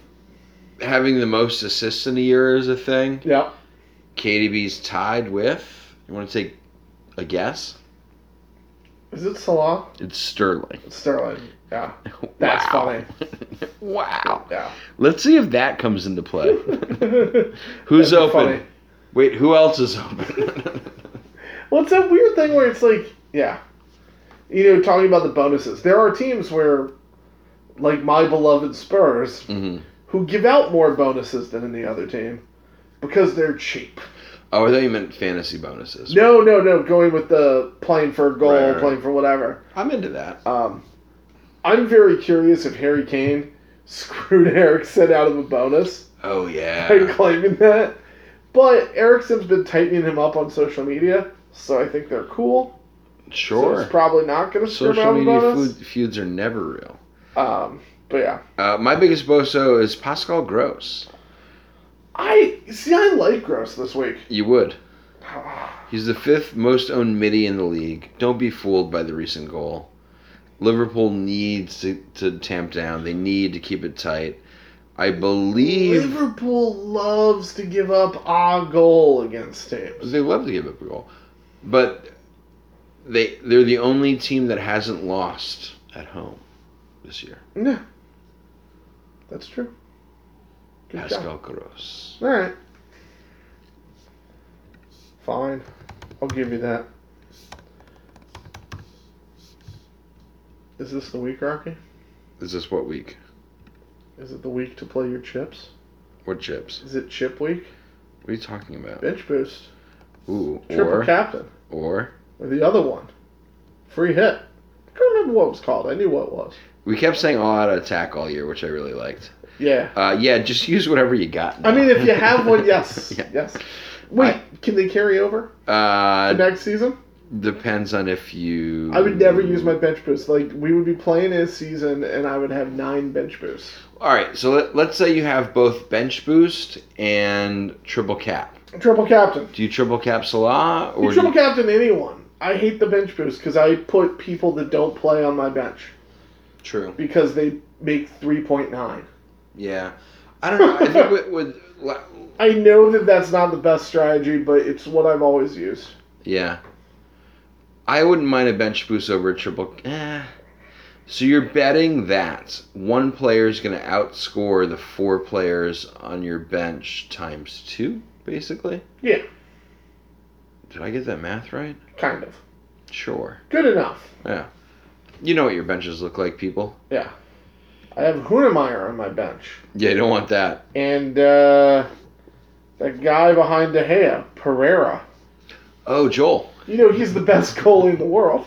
Speaker 1: having the most assists in a year is a thing,
Speaker 2: Yeah,
Speaker 1: KDB's tied with. You want to take a guess?
Speaker 2: is it Salah?
Speaker 1: It's Sterling. (laughs)
Speaker 2: Sterling. Yeah, That's
Speaker 1: Wow. (laughs) wow.
Speaker 2: yeah.
Speaker 1: Let's see if that comes into
Speaker 2: (laughs)
Speaker 1: play.
Speaker 2: Who's
Speaker 1: (laughs) Who's open? Wait, who else is open? (laughs)
Speaker 2: Well, it's that weird thing where it's like, yeah, you know, talking about the bonuses. There are teams where, like my beloved Spurs,
Speaker 1: hmm
Speaker 2: who give out more bonuses than any other team because they're cheap.
Speaker 1: Oh, I thought you meant fantasy bonuses.
Speaker 2: No, no, no. Going with the playing for a goal,
Speaker 1: Right, right.
Speaker 2: playing for whatever.
Speaker 1: I'm into that.
Speaker 2: Um, I'm very curious if Harry Kane (laughs) screwed Erickson out of a bonus
Speaker 1: Oh yeah.
Speaker 2: by claiming that. But Erickson's been tightening him up on social media, so I think they're cool. So
Speaker 1: Sure.
Speaker 2: it's probably not going to screw him
Speaker 1: Social
Speaker 2: out of a
Speaker 1: media
Speaker 2: bonus.
Speaker 1: food, feuds are never real.
Speaker 2: Um, but yeah,
Speaker 1: Uh, my biggest boso is Pascal Gross.
Speaker 2: I see. I like Gross this week. (sighs)
Speaker 1: You would. He's the fifth most owned midi in the league. Don't be fooled by the recent goal. Liverpool needs to, to tamp down. They need to keep it tight. I believe
Speaker 2: Liverpool loves to give up a goal against teams.
Speaker 1: they love to give up a goal, but they they're the only team that hasn't lost at home this year.
Speaker 2: No, that's true. Good job.
Speaker 1: Pascal Gross.
Speaker 2: All right, fine. I'll give you that. Is this the week, Rocky?
Speaker 1: Is this what week?
Speaker 2: Is it the week to play your chips?
Speaker 1: What chips?
Speaker 2: Is it chip week?
Speaker 1: What are you talking about?
Speaker 2: Bench boost,
Speaker 1: Ooh,
Speaker 2: triple
Speaker 1: or
Speaker 2: captain.
Speaker 1: or
Speaker 2: Or the other one. Free hit. I couldn't remember what it was called. I knew what it was.
Speaker 1: we kept saying all out attack all year, which I really liked.
Speaker 2: Yeah.
Speaker 1: Uh, yeah, just use whatever you got.
Speaker 2: I
Speaker 1: now.
Speaker 2: mean, if you have
Speaker 1: (laughs)
Speaker 2: one, yes.
Speaker 1: Yeah.
Speaker 2: Yes. Wait,
Speaker 1: I-
Speaker 2: can they carry over to
Speaker 1: Uh,
Speaker 2: next season?
Speaker 1: depends on if you.
Speaker 2: I would never use my bench boost. Like, we would be playing this season, and I would have nine bench boosts.
Speaker 1: All right, so let, let's say you have both bench boost and triple cap.
Speaker 2: Triple captain.
Speaker 1: Do you triple cap Salah
Speaker 2: You
Speaker 1: or do
Speaker 2: triple
Speaker 1: you,
Speaker 2: captain anyone. I hate the bench boost because I put people that don't play on my bench
Speaker 1: true?
Speaker 2: because they make 3.9.
Speaker 1: Yeah, I don't know. I think
Speaker 2: (laughs)
Speaker 1: with, with la-
Speaker 2: I know that that's not the best strategy, but it's what I've always used.
Speaker 1: yeah, I wouldn't mind a bench boost over a triple. Eh. So you're betting that one player is going to outscore the four players on your bench times two, basically.
Speaker 2: Yeah,
Speaker 1: Did I get that math right?
Speaker 2: kind of.
Speaker 1: Sure.
Speaker 2: Good enough.
Speaker 1: You know what your benches look like, people.
Speaker 2: Yeah. I have Hunemeyer on my bench.
Speaker 1: Yeah, you don't want that.
Speaker 2: And uh, that guy behind De Gea, Pereira.
Speaker 1: Oh, Joel.
Speaker 2: You know, he's the best goalie in the world.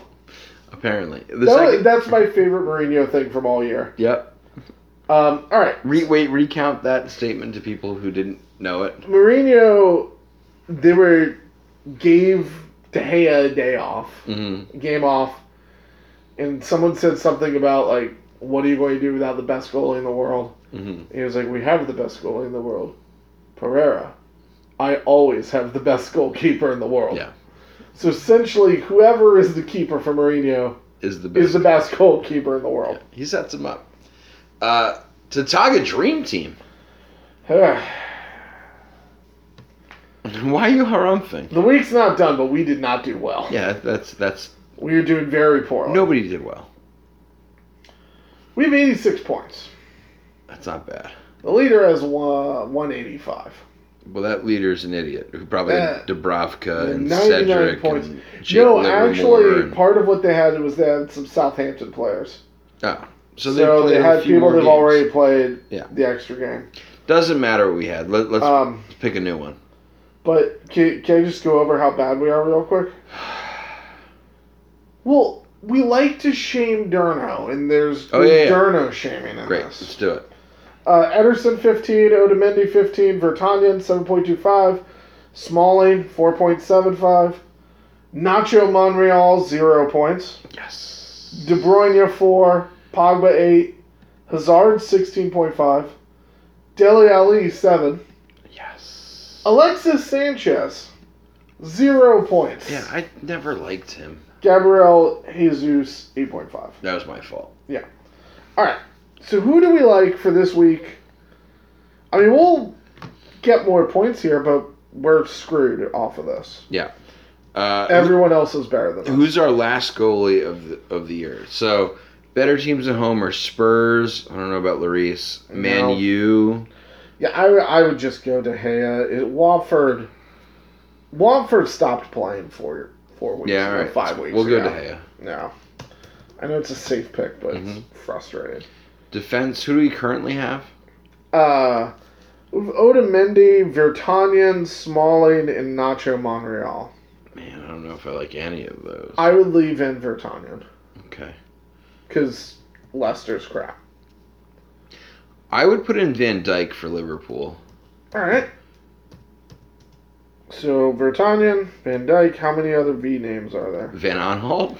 Speaker 1: Apparently, the
Speaker 2: That was-
Speaker 1: second.
Speaker 2: that's my favorite Mourinho thing from all year.
Speaker 1: Yep.
Speaker 2: Um, all right.
Speaker 1: Re- wait, recount that statement to people who didn't know it.
Speaker 2: Mourinho, they were gave De Gea a day off,
Speaker 1: hmm
Speaker 2: game off, and someone said something about like, "What are you going to do without the best goalie in the world?"
Speaker 1: hmm
Speaker 2: He was like, "We have the best goalie in the world, Pereira. I always have the best goalkeeper in the world."
Speaker 1: Yeah.
Speaker 2: So essentially, whoever is the keeper for Mourinho
Speaker 1: Is the best.
Speaker 2: is the best goalkeeper in the world.
Speaker 1: He sets him up. Uh, Tataga Dream Team. (laughs) Why are you harumphing?
Speaker 2: (sighs) the week's not done, but we did not do well.
Speaker 1: Yeah, that's that's
Speaker 2: We are doing very poorly.
Speaker 1: nobody did well.
Speaker 2: We have 86 points.
Speaker 1: That's not bad.
Speaker 2: The leader has one, 185.
Speaker 1: Well, that leader's an idiot who probably had Dubravka and
Speaker 2: 99
Speaker 1: Cedric
Speaker 2: points.
Speaker 1: and Jake
Speaker 2: no,
Speaker 1: Livermore
Speaker 2: actually,
Speaker 1: and-
Speaker 2: part of what they had was they had some Southampton players.
Speaker 1: oh, so
Speaker 2: So
Speaker 1: they,
Speaker 2: they,
Speaker 1: played a
Speaker 2: had
Speaker 1: few
Speaker 2: people
Speaker 1: more
Speaker 2: that have
Speaker 1: games.
Speaker 2: already played
Speaker 1: Yeah.
Speaker 2: the extra game.
Speaker 1: Doesn't matter what we had. Let, let's
Speaker 2: Um,
Speaker 1: pick a new one.
Speaker 2: but can, can I just go over how bad we are real quick? (sighs) Well, we like to shame Durno, and there's
Speaker 1: Oh, yeah, yeah.
Speaker 2: Durno shaming in
Speaker 1: Great,
Speaker 2: this.
Speaker 1: let's do it.
Speaker 2: Uh, Ederson 15, Otamendi 15, Vertonghen 7.25, Smalling 4.75, Nacho Monreal 0 points,
Speaker 1: Yes.
Speaker 2: De Bruyne 4, Pogba 8, Hazard 16.5, Deli Ali 7,
Speaker 1: yes.
Speaker 2: Oh. Alexis Sanchez 0 points,
Speaker 1: Yeah, I never liked him.
Speaker 2: Gabriel Jesus 8.5.
Speaker 1: That was my fault.
Speaker 2: All right. So who do we like for this week? I mean, we'll get more points here, but we're screwed off of this.
Speaker 1: Uh,
Speaker 2: Everyone else is better than us.
Speaker 1: Who's our last goalie of the, of the year? So, better teams at home are Spurs. I don't know about Larice. Man
Speaker 2: No.
Speaker 1: U.
Speaker 2: Yeah, I, would- I would just go to Gea. It, Watford. Watford stopped playing for four weeks.
Speaker 1: Yeah, all
Speaker 2: ago,
Speaker 1: right.
Speaker 2: Five weeks.
Speaker 1: We'll go
Speaker 2: ago.
Speaker 1: to Haya.
Speaker 2: No. I know it's a safe pick, but
Speaker 1: Mhm.
Speaker 2: it's frustrating.
Speaker 1: Defense. Who do we currently have?
Speaker 2: Uh, Otamendi, Vertonghen, Smalling, and Nacho Monreal.
Speaker 1: Man, I don't know if I like any of those.
Speaker 2: I would leave in Vertonghen.
Speaker 1: okay.
Speaker 2: because Leicester's crap.
Speaker 1: I would put in Van Dyke for Liverpool.
Speaker 2: All right. So Vertonghen, Van Dyke. How many other V names are there?
Speaker 1: Van Aanholt.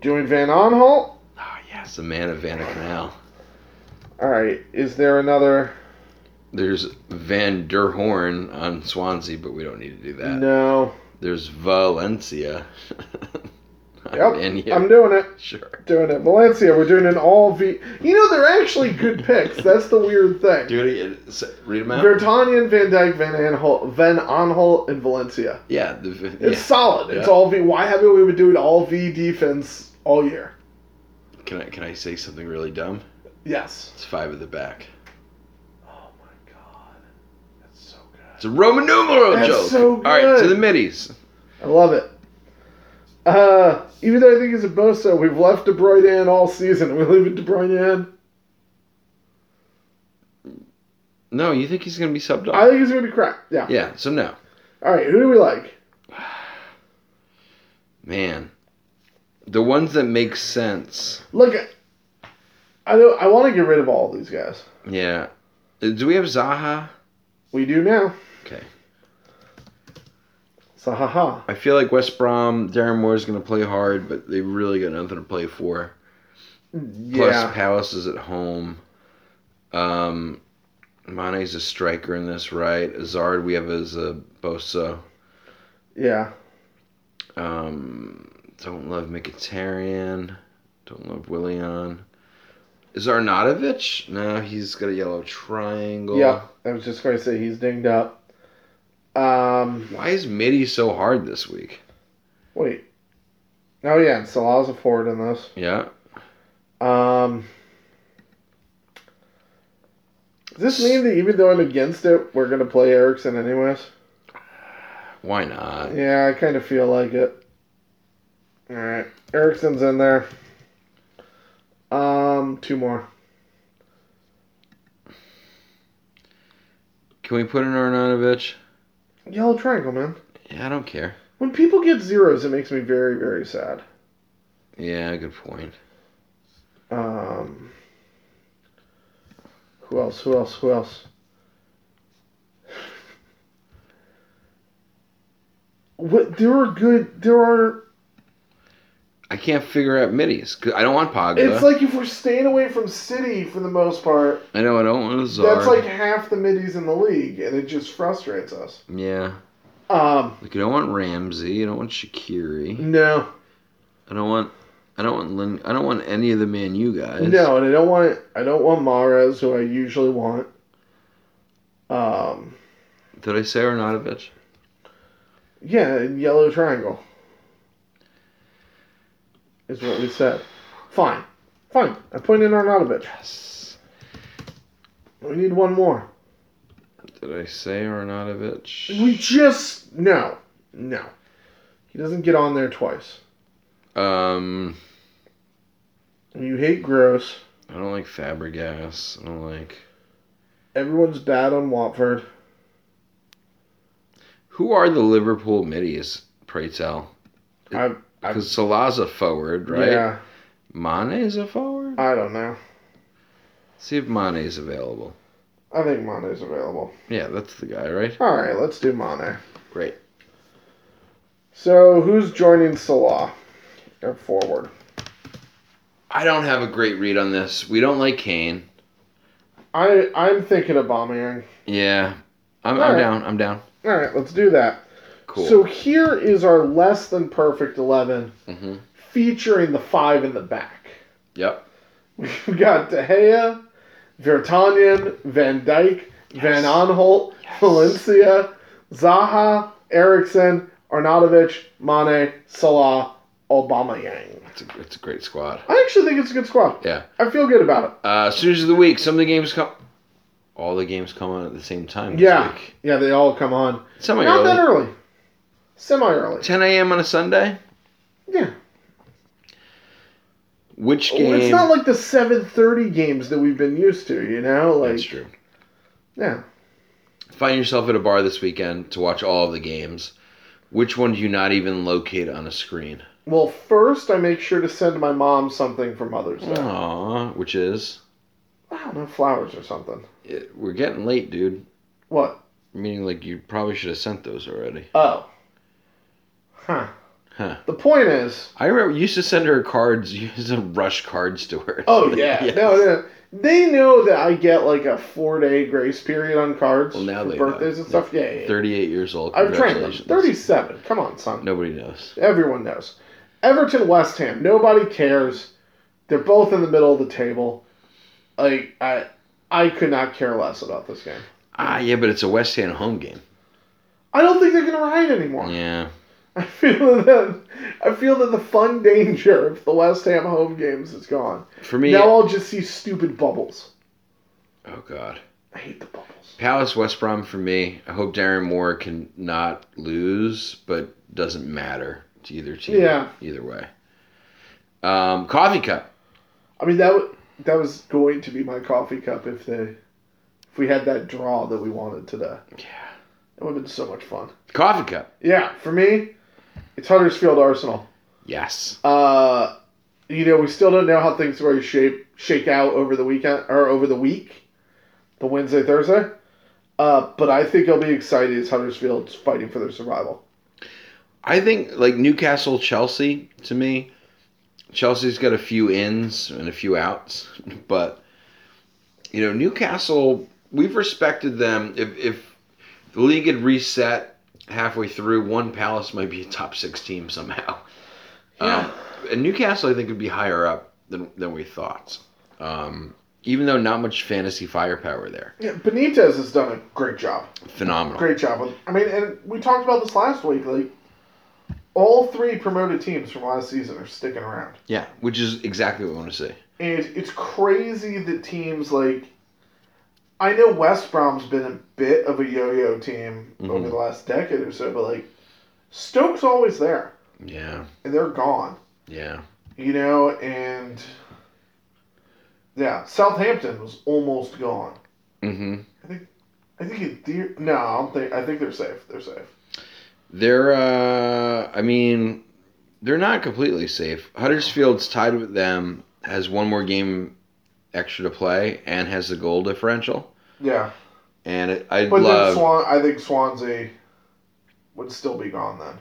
Speaker 2: Doing Van Aanholt.
Speaker 1: Ah, yes, the man of Van Canal.
Speaker 2: All right. Is there another?
Speaker 1: There's Van der Horn on Swansea, but we don't need to do that.
Speaker 2: No.
Speaker 1: There's Valencia. (laughs)
Speaker 2: Yep.
Speaker 1: And yeah,
Speaker 2: I'm doing it.
Speaker 1: sure.
Speaker 2: Doing it. Valencia. We're doing an all V. You know they're actually good picks. That's the weird thing.
Speaker 1: Do it. again. Say- Read them out.
Speaker 2: Vertonghen, Van Dyke, Van Aanholt, Van Aanholt, and Valencia.
Speaker 1: Yeah, the,
Speaker 2: It's solid. It's
Speaker 1: Yeah.
Speaker 2: all V. Why haven't we been doing all V defense all year?
Speaker 1: yeah. Can I can I say something really dumb?
Speaker 2: Yes.
Speaker 1: It's five at the back.
Speaker 2: Oh my god. That's so good.
Speaker 1: It's a Roman numeral
Speaker 2: That's
Speaker 1: joke.
Speaker 2: so
Speaker 1: All right, to
Speaker 2: good.
Speaker 1: the middies.
Speaker 2: I love it. Uh, even though I think he's a Bosa, we've left De Bruyne in all season. We leave it De Bruyne in.
Speaker 1: No, you think he's gonna be subbed
Speaker 2: I
Speaker 1: off?
Speaker 2: think he's gonna be crap. Yeah.
Speaker 1: Yeah. So no,
Speaker 2: All right. Who do we like?
Speaker 1: man. The ones that make sense.
Speaker 2: Look, I do I want to get rid of all these guys.
Speaker 1: Yeah. Uh, Do we have Zaha?
Speaker 2: We do now.
Speaker 1: Okay.
Speaker 2: So haha.
Speaker 1: I feel like West Brom. Darren Moore's gonna play hard, but they really got nothing to play for. Plus,
Speaker 2: Yeah.
Speaker 1: Palace is at home. Um, Mane's a striker in this, right? Azard we have as a Bosa.
Speaker 2: Yeah.
Speaker 1: Um, don't love Mkhitaryan. Don't love Willian. Is Arnautovic? No, he's got a yellow triangle.
Speaker 2: Yeah. I was just gonna say he's dinged up. Um.
Speaker 1: Why is Midi so hard this week?
Speaker 2: Wait. Oh yeah, and Salah's a forward in this.
Speaker 1: Yeah.
Speaker 2: Um. Does this mean that even though I'm against it, we're gonna play Erickson anyways?
Speaker 1: Why not?
Speaker 2: Yeah, I kind of feel like it. All right, Erickson's in there. Um, two more.
Speaker 1: Can we put in Arnautovic?
Speaker 2: Yellow triangle, man.
Speaker 1: Yeah, I don't care.
Speaker 2: When people get zeros, it makes me very, very sad.
Speaker 1: Yeah, good point.
Speaker 2: Um, who else? Who else? Who else? (sighs) What there are good there are
Speaker 1: I can't figure out middies. 'cause I don't want Pogba.
Speaker 2: it's like if we're staying away from City for the most part,
Speaker 1: I know I don't want Lazard.
Speaker 2: that's like half the middies in the league and it just frustrates us.
Speaker 1: yeah.
Speaker 2: Um
Speaker 1: Like I don't want Ramsey. I don't want Shakiri.
Speaker 2: no.
Speaker 1: I don't want. I don't want. Lin, I don't want any of the Man U guys.
Speaker 2: No, and I don't want I don't want Mares who I usually want. Um
Speaker 1: Did I say Arnautovic?
Speaker 2: Yeah, and yellow triangle. Is what we said. Fine. Fine. I put in Arnautovic.
Speaker 1: Yes.
Speaker 2: We need one more.
Speaker 1: Did I say Arnautovic?
Speaker 2: We just no. No. He doesn't get on there twice.
Speaker 1: um.
Speaker 2: You hate gross.
Speaker 1: I don't like Fabregas. I don't like.
Speaker 2: Everyone's bad on Watford.
Speaker 1: Who are the Liverpool middies? Pray tell.
Speaker 2: I I-
Speaker 1: Because Salah's a forward, right?
Speaker 2: yeah.
Speaker 1: Mane is a forward.
Speaker 2: I don't know.
Speaker 1: See if Mane's available.
Speaker 2: I think Mane's available.
Speaker 1: Yeah, that's the guy, right?
Speaker 2: All right, let's do Mane.
Speaker 1: Great.
Speaker 2: So who's joining Salah at forward?
Speaker 1: I don't have a great read on this. We don't like Kane.
Speaker 2: I I'm thinking of Aubameyang.
Speaker 1: Yeah, I'm,
Speaker 2: All
Speaker 1: I'm
Speaker 2: right.
Speaker 1: down. I'm down.
Speaker 2: All right, let's do that.
Speaker 1: Cool.
Speaker 2: So here is our less than perfect 11
Speaker 1: hmm
Speaker 2: featuring the five in the back.
Speaker 1: Yep.
Speaker 2: We've got De Gea, Vertonghen, Van Dijk, Van
Speaker 1: Yes.
Speaker 2: Aanholt, Valencia, Zaha, Eriksson, Arnautovic, Mane, Salah, Aubameyang.
Speaker 1: It's a, it's a great squad.
Speaker 2: I actually think it's a good squad.
Speaker 1: Yeah.
Speaker 2: I feel good about
Speaker 1: Uh, Snooze of the week. Some of the games come. All the games come on at the same time.
Speaker 2: it.
Speaker 1: This
Speaker 2: Yeah.
Speaker 1: Week.
Speaker 2: Yeah, they all come on.
Speaker 1: Semi
Speaker 2: Not that
Speaker 1: early.
Speaker 2: early. Semi early.
Speaker 1: 10 a.m. on a Sunday.
Speaker 2: Yeah.
Speaker 1: Which game?
Speaker 2: Oh, It's not like the 7:30 games that we've been used to, you know? Like
Speaker 1: That's true.
Speaker 2: yeah.
Speaker 1: Find yourself at a bar this weekend to watch all of the games. Which one do you not even locate on a screen?
Speaker 2: Well, first I make sure to send my mom something for Mother's Day.
Speaker 1: Oh. Aww, which is
Speaker 2: I don't know, flowers or something.
Speaker 1: it, we're getting late, dude.
Speaker 2: What?
Speaker 1: Meaning, like you probably should have sent those already.
Speaker 2: Oh. Huh.
Speaker 1: Huh.
Speaker 2: The point is.
Speaker 1: I remember you used to send her cards. (laughs) You used to rush cards to her. (laughs)
Speaker 2: Oh yeah.
Speaker 1: Yes.
Speaker 2: No, no. They know that I get like a four day grace period on cards
Speaker 1: Well, now
Speaker 2: for
Speaker 1: they
Speaker 2: birthdays
Speaker 1: know.
Speaker 2: and stuff. Yeah, yeah. yeah.
Speaker 1: Thirty-eight years old.
Speaker 2: I've trained them.
Speaker 1: Congratulations.
Speaker 2: Thirty-seven. Come on, son.
Speaker 1: Nobody knows.
Speaker 2: Everyone knows. Everton, West Ham. Nobody cares. They're both in the middle of the table. Like I, I could not care less about this game.
Speaker 1: Ah, yeah, but it's a West Ham home game.
Speaker 2: I don't think they're gonna ride anymore.
Speaker 1: Yeah.
Speaker 2: (laughs) I feel that I feel that the fun danger of the West Ham home games is gone.
Speaker 1: For me.
Speaker 2: Now I'll just see stupid bubbles.
Speaker 1: oh God.
Speaker 2: I hate the bubbles.
Speaker 1: Palace West Brom for me. I hope Darren Moore can not lose, but doesn't matter to either team.
Speaker 2: Yeah.
Speaker 1: Either way. Um, coffee cup.
Speaker 2: I mean that w- that was going to be my coffee cup if they if we had that draw that we wanted today.
Speaker 1: Yeah.
Speaker 2: It would have been so much fun.
Speaker 1: Coffee cup.
Speaker 2: Yeah, for me, it's Huddersfield Arsenal.
Speaker 1: Yes.
Speaker 2: Uh, you know, we still don't know how things are going to shape shake out over the weekend or over the week, the Wednesday Thursday. Uh, but I think I'll be excited as Huddersfield's fighting for their survival.
Speaker 1: I think like Newcastle Chelsea to me. Chelsea's got a few ins and a few outs, (laughs) but you know Newcastle. We've respected them. If if the league had reset halfway through, one Palace might be a top six team somehow. Um, and Newcastle, I think, would be higher up than than we thought. Um, even though not much fantasy firepower there,
Speaker 2: Yeah, Benitez has done a great job.
Speaker 1: phenomenal.
Speaker 2: Great job. with- I mean, and we talked about this last week. Like, all three promoted teams from last season are sticking around,
Speaker 1: Yeah, which is exactly what we want to see.
Speaker 2: and it's crazy that teams like. I know West Brom's been a bit of a yo-yo team over
Speaker 1: Mhm.
Speaker 2: the last decade or so, but like, Stoke's always there,
Speaker 1: Yeah,
Speaker 2: and they're gone.
Speaker 1: yeah,
Speaker 2: You know, and yeah, Southampton was almost gone.
Speaker 1: mm-hmm.
Speaker 2: I think it deer. No, I don't think. I think they're safe. They're safe.
Speaker 1: They're, uh, I mean, they're not completely safe. Huddersfield's tied with them, has one more game extra to play, and has the goal differential.
Speaker 2: Yeah,
Speaker 1: And it, I'd
Speaker 2: but then
Speaker 1: love.
Speaker 2: Swan. I think Swansea would still be gone then.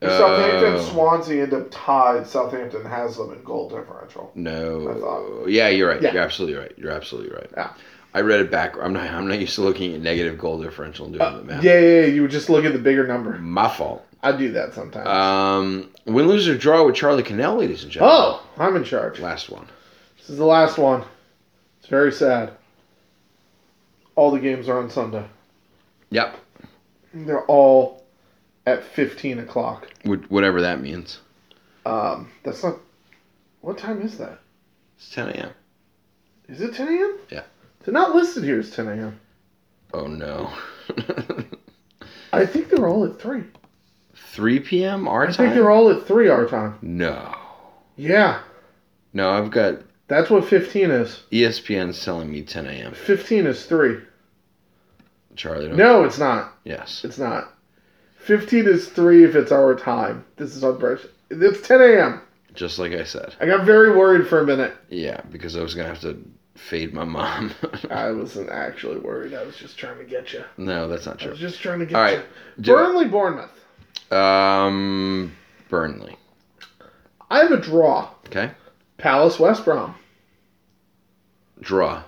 Speaker 2: If Southampton,
Speaker 1: Oh,
Speaker 2: Swansea end up tied. Southampton has them in goal differential. I
Speaker 1: no.
Speaker 2: thought.
Speaker 1: Yeah, you're right.
Speaker 2: Yeah.
Speaker 1: You're absolutely right. You're absolutely right.
Speaker 2: Yeah.
Speaker 1: I read it back. I'm not. I'm not used to looking at negative goal differential and doing the math.
Speaker 2: Uh, yeah, yeah, yeah, you would just look at the bigger number.
Speaker 1: My fault.
Speaker 2: I do that sometimes.
Speaker 1: Um, win, lose, or draw with Charlie Cannell, ladies and gentlemen.
Speaker 2: oh, I'm in charge.
Speaker 1: Last one.
Speaker 2: This is the last one. It's very sad. All the games are on Sunday.
Speaker 1: Yep.
Speaker 2: They're all at 15 o'clock.
Speaker 1: Wh- Whatever that means.
Speaker 2: Um, that's not. What time is that?
Speaker 1: It's 10 a.m.
Speaker 2: Is it 10 a.m.?
Speaker 1: Yeah.
Speaker 2: They're not listed here as 10 a.m.
Speaker 1: Oh no. (laughs)
Speaker 2: I think they're all at 3.
Speaker 1: 3 p.m. our
Speaker 2: I think
Speaker 1: time.
Speaker 2: they're all at 3 our time.
Speaker 1: no.
Speaker 2: Yeah.
Speaker 1: No, I've got E
Speaker 2: That's what 15 is.
Speaker 1: ESPN's telling me 10 a.m.
Speaker 2: 15 is 3.
Speaker 1: Charlie. Don't...
Speaker 2: No, it's not.
Speaker 1: Yes.
Speaker 2: It's not. 15 is 3 if it's our time. This is on British. It's 10 a.m.
Speaker 1: Just like I said.
Speaker 2: I got very worried for a minute.
Speaker 1: Yeah, because I was gonna have to fade my mom. (laughs)
Speaker 2: I wasn't actually worried. I was just trying to get you.
Speaker 1: no, that's not
Speaker 2: I
Speaker 1: true.
Speaker 2: was just trying to get
Speaker 1: All
Speaker 2: you.
Speaker 1: right. Do
Speaker 2: Burnley, Bournemouth.
Speaker 1: it. Um, Burnley.
Speaker 2: I have a draw.
Speaker 1: Okay.
Speaker 2: Palace, West Brom.
Speaker 1: Draw.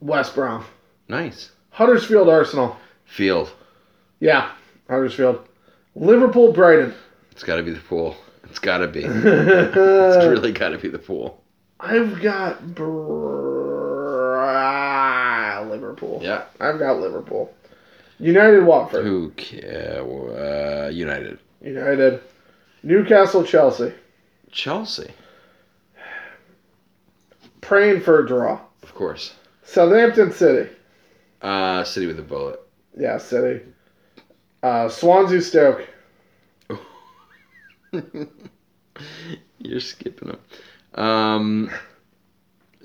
Speaker 2: West Brom.
Speaker 1: Nice.
Speaker 2: Huddersfield, Arsenal.
Speaker 1: Field.
Speaker 2: Yeah, Huddersfield. Liverpool, Brighton. (laughs)
Speaker 1: It's got to be the pool. It's got to be. It's
Speaker 2: I've
Speaker 1: really got to be the pool.
Speaker 2: got Br- ah, Liverpool.
Speaker 1: Yeah.
Speaker 2: I've got Liverpool. United, Watford.
Speaker 1: Who? ca- Uh, United.
Speaker 2: United. Newcastle, Chelsea.
Speaker 1: Chelsea.
Speaker 2: Praying for a draw.
Speaker 1: Of course.
Speaker 2: Southampton City.
Speaker 1: Uh, City with a bullet.
Speaker 2: Yeah, City. Uh, Swansea Stoke.
Speaker 1: (laughs) You're skipping them. Um,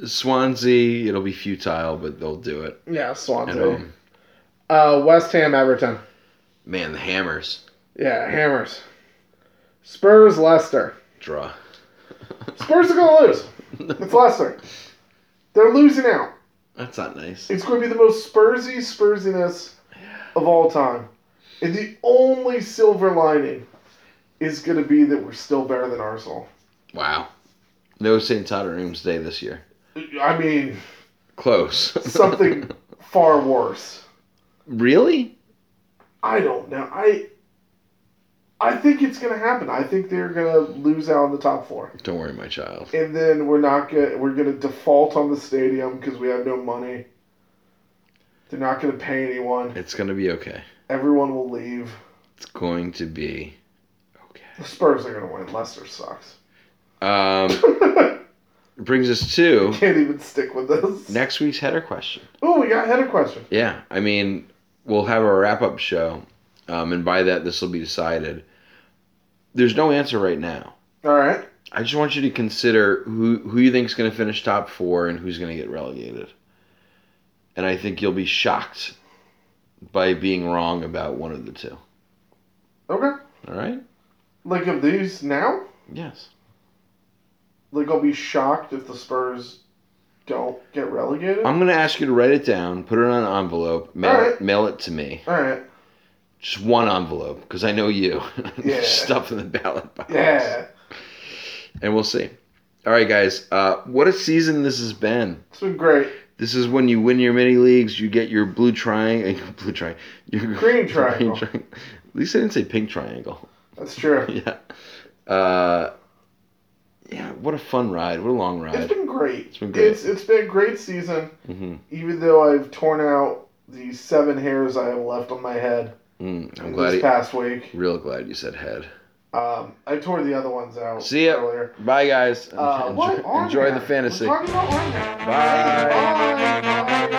Speaker 1: Swansea. It'll be futile, but they'll do it um,
Speaker 2: Yeah,
Speaker 1: at
Speaker 2: Swansea.
Speaker 1: home.
Speaker 2: Uh, West Ham Everton.
Speaker 1: Man, the Hammers
Speaker 2: Yeah, Hammers. Spurs Leicester.
Speaker 1: draw. (laughs)
Speaker 2: Spurs are gonna lose. It's Leicester. They're losing out.
Speaker 1: That's not nice.
Speaker 2: It's gonna be the most Spursy Spursiness of all time. And the only silver lining is gonna be that we're still better than Arsenal.
Speaker 1: Wow. No St. Tottenham's Day this year.
Speaker 2: I mean,
Speaker 1: Close. (laughs)
Speaker 2: something far worse.
Speaker 1: really?
Speaker 2: I don't know. I I think it's gonna happen. I think they're gonna lose out on the top four,
Speaker 1: Don't worry, my child.
Speaker 2: and then we're not gonna we're gonna default on the stadium because we have no money. They're not gonna pay anyone.
Speaker 1: It's gonna be okay.
Speaker 2: Everyone will leave.
Speaker 1: It's going to be okay.
Speaker 2: The Spurs are gonna win. Leicester sucks. (laughs)
Speaker 1: Um,
Speaker 2: Can't
Speaker 1: brings us
Speaker 2: (laughs)
Speaker 1: to
Speaker 2: even stick with this.
Speaker 1: next week's header question.
Speaker 2: Oh, we got header question.
Speaker 1: Yeah, I mean, we'll have a wrap up show, um, and by that, this will be decided. There's no answer right now.
Speaker 2: All right.
Speaker 1: I just want you to consider who who you think's going to finish top four and who's going to get relegated. And I think you'll be shocked by being wrong about one of the two.
Speaker 2: Okay.
Speaker 1: All right?
Speaker 2: Like of these now,
Speaker 1: Yes.
Speaker 2: like I'll be shocked if the Spurs don't get relegated.
Speaker 1: I'm going to ask you to write it down, put it on an envelope, mail,
Speaker 2: All
Speaker 1: it,
Speaker 2: right.
Speaker 1: mail it to me.
Speaker 2: All right.
Speaker 1: Just one envelope, because I know you. (laughs)
Speaker 2: Yeah.
Speaker 1: Stuff in the ballot box.
Speaker 2: Yeah.
Speaker 1: and we'll see. All right, guys. Uh, what a season this has been.
Speaker 2: It's been great.
Speaker 1: This is when you win your mini leagues. You get your blue triangle, (laughs) blue triangle, your (laughs)
Speaker 2: Green triangle.
Speaker 1: triangle. At least I didn't say pink triangle. (laughs)
Speaker 2: That's true.
Speaker 1: yeah. Uh, yeah. What a fun ride. What a long
Speaker 2: It's
Speaker 1: ride.
Speaker 2: been great.
Speaker 1: It's been great.
Speaker 2: It's, it's been a great season,
Speaker 1: hmm
Speaker 2: even though I've torn out the seven hairs I have left on my head
Speaker 1: Mm, I'm glad.
Speaker 2: this
Speaker 1: You,
Speaker 2: past week.
Speaker 1: real glad you said head.
Speaker 2: Um, I tore the other ones out
Speaker 1: See ya.
Speaker 2: earlier.
Speaker 1: Bye, guys.
Speaker 2: Uh,
Speaker 1: enjoy
Speaker 2: what on
Speaker 1: enjoy
Speaker 2: there?
Speaker 1: the fantasy.
Speaker 2: We're talking about on there.
Speaker 1: Bye.
Speaker 2: Bye. Bye.